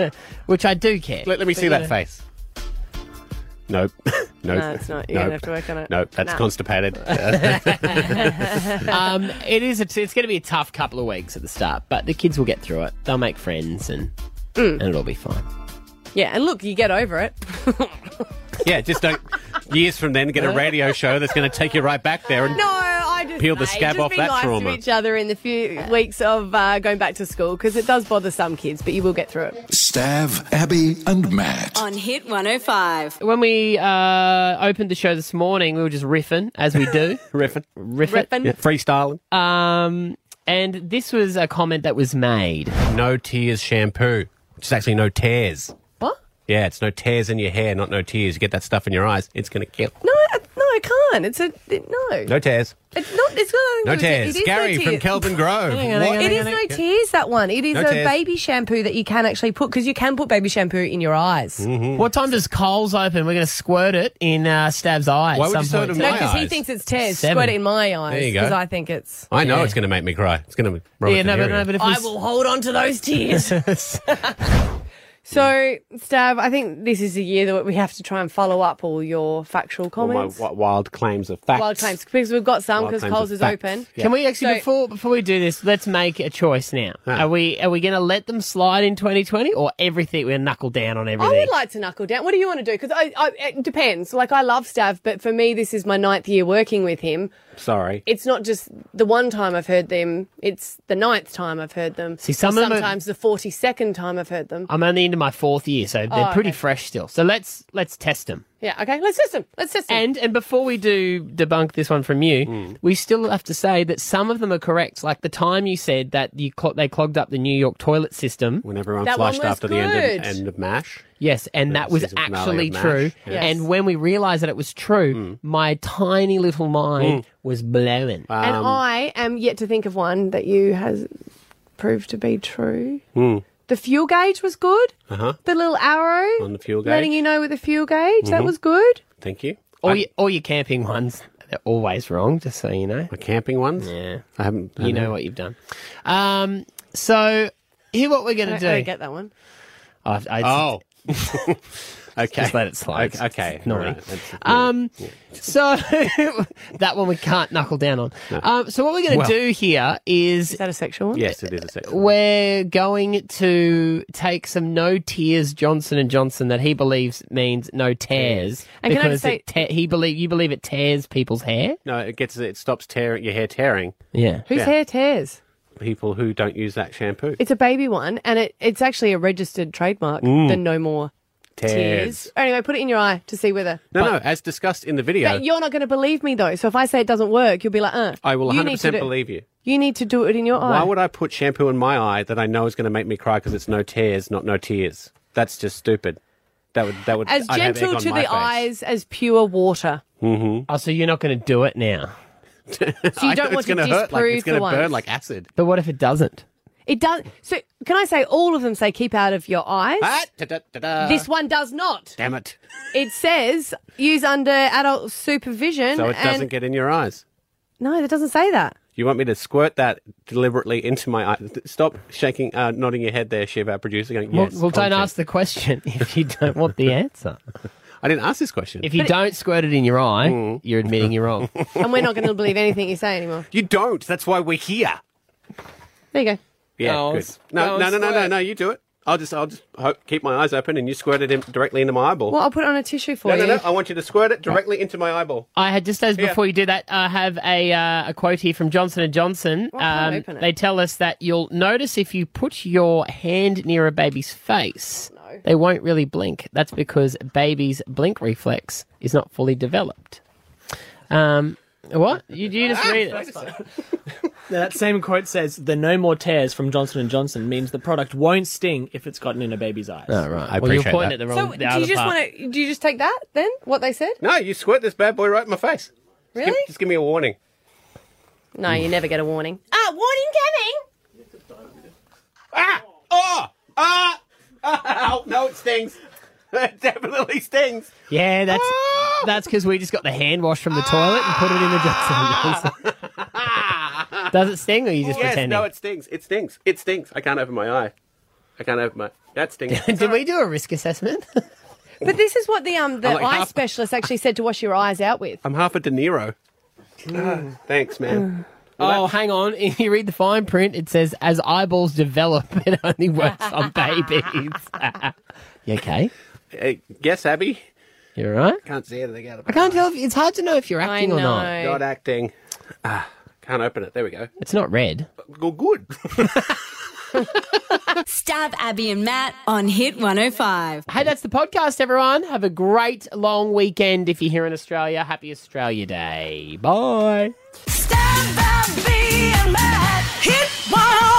Speaker 6: [LAUGHS] which I do care.
Speaker 1: Let, let me
Speaker 6: But,
Speaker 1: see
Speaker 6: you
Speaker 1: that
Speaker 6: know.
Speaker 1: face. Nope. [LAUGHS] nope.
Speaker 2: No, it's not. You're gonna have to work on it.
Speaker 1: Nope. That's
Speaker 2: Nah. [LAUGHS]
Speaker 1: constipated.
Speaker 6: [LAUGHS]
Speaker 1: [LAUGHS]
Speaker 6: um, it is. A t- it's going to be a tough couple of weeks at the start, but the kids will get through it. They'll make friends, and
Speaker 2: Mm.
Speaker 6: and it'll be fine.
Speaker 2: [LAUGHS] Yeah, and look, you get over it.
Speaker 1: yeah, just don't. Years from then, get a radio show that's going to take you right back there.
Speaker 2: [LAUGHS]
Speaker 1: And
Speaker 2: No, I just
Speaker 1: Peel the
Speaker 2: mate,
Speaker 1: scab
Speaker 2: just
Speaker 1: off
Speaker 2: be
Speaker 1: that
Speaker 2: nice
Speaker 1: trauma.
Speaker 2: to each other in the few weeks of uh, going back to school because it does bother some kids, but you will get through it.
Speaker 3: Stav, Abby, and Matt.
Speaker 4: On Hit 105.
Speaker 6: When we uh, opened the
Speaker 1: [LAUGHS]
Speaker 6: show this morning, we were just riffing as we do,
Speaker 1: riffing,
Speaker 6: riffing,
Speaker 1: Yeah, freestyling.
Speaker 6: Um, And this was a comment that was made.
Speaker 1: No tears shampoo, which is actually no tears.
Speaker 2: What?
Speaker 1: Yeah, it's no tears in your hair, not no tears. You get that stuff in your eyes, it's going to kill.
Speaker 2: No, I, no, I can't. It's a it, no.
Speaker 1: No tears.
Speaker 2: It's not. It's not.
Speaker 1: No
Speaker 2: it's,
Speaker 1: tears.
Speaker 2: It is
Speaker 1: Gary
Speaker 2: no
Speaker 1: from
Speaker 2: tears.
Speaker 1: Kelvin Grove.
Speaker 2: Hang on, hang
Speaker 1: What?
Speaker 2: on, It is no tears. That one. It is
Speaker 1: No
Speaker 2: a
Speaker 1: tears.
Speaker 2: baby shampoo that you can actually put because you can put baby shampoo in your eyes.
Speaker 1: Mm-hmm.
Speaker 6: What time does Coles open? We're going to squirt it in uh, Stab's eyes.
Speaker 1: Why would you
Speaker 6: some
Speaker 1: squirt
Speaker 6: point.
Speaker 1: it in
Speaker 2: No,
Speaker 1: my
Speaker 2: because he
Speaker 1: eyes.
Speaker 2: thinks it's tears.
Speaker 1: Seven.
Speaker 2: Squirt it in my eyes.
Speaker 1: There you go.
Speaker 2: Because I think it's.
Speaker 1: I know
Speaker 2: Yeah.
Speaker 1: it's going to make me cry. It's going to roll
Speaker 6: Yeah, no, but- no, but if we
Speaker 2: I
Speaker 6: s-
Speaker 2: will hold on to [LAUGHS] those tears.
Speaker 1: [LAUGHS]
Speaker 2: So, Stab, I think this is the year that we have to try and follow up all your factual comments.
Speaker 1: wild claims of facts.
Speaker 2: Wild claims. Because we've got some
Speaker 6: Wild
Speaker 2: because
Speaker 6: claims
Speaker 2: Coles
Speaker 6: of
Speaker 2: is
Speaker 6: facts.
Speaker 2: open.
Speaker 6: Can we actually
Speaker 2: So-
Speaker 6: before before we do this, let's make a choice now.
Speaker 2: Ah.
Speaker 6: Are we are we going to let them slide in 2020 or everything we're knuckle down on everything?
Speaker 2: I would like to knuckle down. What do you want to do? Because I, I, it depends. Like, I love Stav, but for me, this is my ninth year working with him.
Speaker 1: Sorry.
Speaker 2: It's not just the one time I've heard them, it's the ninth time I've heard them.
Speaker 6: See, some
Speaker 2: Or
Speaker 6: of them are-
Speaker 2: sometimes the 42nd time I've heard them.
Speaker 6: I'm only into my fourth year, so they're
Speaker 2: Oh,
Speaker 6: pretty
Speaker 2: okay.
Speaker 6: fresh still. So let's let's test them.
Speaker 2: Yeah, okay. Let's test them. Let's test them.
Speaker 6: And and before we do debunk this one from you,
Speaker 1: Mm.
Speaker 6: we still have to say that some of them are correct. Like the time you said that you clo- they clogged up the New York toilet system
Speaker 1: when everyone
Speaker 6: that
Speaker 1: flushed after the end of,
Speaker 6: and
Speaker 1: end of MASH.
Speaker 6: Yes, and that was
Speaker 1: season finale
Speaker 6: actually
Speaker 1: of MASH,
Speaker 6: true.
Speaker 1: yes.
Speaker 6: And when we realised that it was true, my tiny little mind
Speaker 1: Mm. Um,
Speaker 6: was blown.
Speaker 2: and I am yet to think of one that you has proved to be true.
Speaker 1: mm,
Speaker 2: The fuel gauge was good.
Speaker 1: Uh huh.
Speaker 2: The little arrow.
Speaker 1: On the fuel
Speaker 2: Letting
Speaker 1: gauge.
Speaker 2: you know with the fuel gauge. That
Speaker 6: Mhm.
Speaker 2: was good.
Speaker 1: Thank you.
Speaker 6: All, your, all your camping ones, they're always wrong, just so you know.
Speaker 1: My camping ones?
Speaker 6: Yeah.
Speaker 1: I haven't.
Speaker 6: You know what you've done. Um, so, here what we're
Speaker 2: I
Speaker 6: going to
Speaker 2: don't,
Speaker 6: do.
Speaker 2: I don't get that one.
Speaker 6: I, I,
Speaker 1: Oh.
Speaker 6: okay. [LAUGHS] Just let it slide.
Speaker 1: Okay. okay.
Speaker 6: Naughty.
Speaker 1: All right. That's-
Speaker 6: Um, so [LAUGHS] that one we can't knuckle down on. Um, so what we're going to
Speaker 1: Well-
Speaker 6: do here is is
Speaker 2: that a sexual one?
Speaker 1: yes, it is a sex.
Speaker 6: We're going to take some no tears Johnson and Johnson that he believes means no tears
Speaker 1: And can I
Speaker 6: because
Speaker 1: just say-
Speaker 6: it te- he believe you believe it tears people's hair.
Speaker 1: No, it gets it stops tearing your hair tearing.
Speaker 6: Yeah.
Speaker 2: Whose hair tears?
Speaker 1: People who don't use that shampoo.
Speaker 2: It's a baby one, and it, it's actually a registered trademark.
Speaker 1: Mm.
Speaker 2: The No More
Speaker 1: Tears.
Speaker 2: Anyway, put it in your eye to see whether.
Speaker 1: No, no. As discussed in the video,
Speaker 2: But you're not going to believe me though. So if I say it doesn't work, you'll be like, uh.
Speaker 1: I will
Speaker 2: you
Speaker 1: 100
Speaker 2: need to
Speaker 1: percent
Speaker 2: do- Oh.
Speaker 1: believe you.
Speaker 2: You need to do it in your eye.
Speaker 1: Why would I put shampoo in my eye that I know is going to make me cry because it's no tears, not no tears? That's just stupid. That would that would
Speaker 2: as
Speaker 1: I'd have egg
Speaker 2: gentle
Speaker 1: on
Speaker 2: to the
Speaker 1: my face.
Speaker 2: eyes as pure water.
Speaker 1: Mm-hmm.
Speaker 6: Oh, so you're not going to do it now.
Speaker 1: [LAUGHS]
Speaker 2: So you don't want to
Speaker 1: gonna hurt, like,
Speaker 2: disprove
Speaker 1: it's gonna
Speaker 2: the ones.
Speaker 1: burn like acid.
Speaker 6: But what if it doesn't?
Speaker 2: It does. So can I say all of them say keep out of your eyes?
Speaker 1: Ah, da-da-da-da.
Speaker 2: This one does not.
Speaker 1: Damn it!
Speaker 2: It says use under adult supervision.
Speaker 1: So it
Speaker 2: and
Speaker 1: doesn't get in your eyes.
Speaker 2: no, it doesn't say
Speaker 1: [LAUGHS]
Speaker 2: that.
Speaker 1: You want me to squirt that deliberately into my eye? Stop shaking, uh, nodding your head there, Shiv, our producer. Going, yes,
Speaker 6: well, well don't
Speaker 1: content.
Speaker 6: ask the question [LAUGHS] if you don't
Speaker 1: [LAUGHS]
Speaker 6: want the answer.
Speaker 1: I didn't ask this question.
Speaker 6: If you don't squirt it in your eye,
Speaker 1: Mm. [LAUGHS]
Speaker 6: you're admitting you're wrong.
Speaker 2: And we're not going to believe anything you say anymore.
Speaker 1: You don't. That's why we're here.
Speaker 2: There you go.
Speaker 1: Yeah,
Speaker 6: Go on,
Speaker 1: good.
Speaker 6: s- go
Speaker 1: No,
Speaker 6: on,
Speaker 1: no, no, no, no,
Speaker 6: squirt.
Speaker 1: no. You do it. I'll just, I'll just hope, keep my eyes open, and you squirt it in, directly into my eyeball.
Speaker 2: Well, I'll put it on a tissue for
Speaker 1: no,
Speaker 2: you.
Speaker 1: no, no. I want you to squirt it directly into my eyeball.
Speaker 6: I had just as
Speaker 1: Yeah.
Speaker 6: before you do that, I have a uh, a quote here from Johnson and Johnson. Um,
Speaker 1: can't I open it?
Speaker 6: they tell us that you'll notice if you put your hand near a baby's face,
Speaker 2: Oh,
Speaker 6: they won't really blink. That's because baby's blink reflex is not fully developed. Um, what you, you just read it?
Speaker 25: Now, that same quote says the no more tears from Johnson and Johnson means the product won't sting if it's gotten in a baby's eyes.
Speaker 6: Oh, right. I Well, you're appreciate pointing that. at
Speaker 2: So,
Speaker 6: the
Speaker 2: do you just want to? Do you just take that then? What they said?
Speaker 1: No, you squirt this bad boy right in my face. Just give-
Speaker 2: Really?
Speaker 1: Just give me a warning.
Speaker 2: No, you never get a warning. Ah, warning coming.
Speaker 1: Ah! Oh! Ah! [LAUGHS] Ow! No, it stings. It definitely stings.
Speaker 6: Yeah, that's that's because we just got the hand wash from the toilet and put it in the Johnson and Johnson. Does it sting, or are you just
Speaker 1: yes,
Speaker 6: pretending?
Speaker 1: no, it stings. It stings. It stings. I can't open my eye. I can't open my. That
Speaker 6: [LAUGHS]
Speaker 1: stings.
Speaker 6: Did we do a risk assessment?
Speaker 2: But this is what the um the
Speaker 1: I'm like
Speaker 2: eye
Speaker 1: half-
Speaker 2: specialist actually said to wash your eyes out with.
Speaker 1: I'm half a De Niro.
Speaker 6: Hmm.
Speaker 1: Ah, [SIGHS] thanks,
Speaker 6: [LAUGHS]
Speaker 1: man.
Speaker 6: Oh, hang on. If you read the fine print, it says, as eyeballs develop, [LAUGHS] it only works [LAUGHS] on babies. you okay?
Speaker 1: Hey, yes, Abby.
Speaker 6: You're right.
Speaker 1: Can't see anything out of
Speaker 6: I
Speaker 1: my
Speaker 6: can't tell if it's hard to know if you're acting or not.
Speaker 1: Not acting. Ah, can't open it. There we go.
Speaker 6: It's not red.
Speaker 1: Go good.
Speaker 4: Stab Abby and Matt on Hit 105.
Speaker 6: Hey, that's the podcast, everyone. Have a great long weekend if you're here in Australia. Happy Australia Day. Bye.
Speaker 16: Hit
Speaker 3: Bye!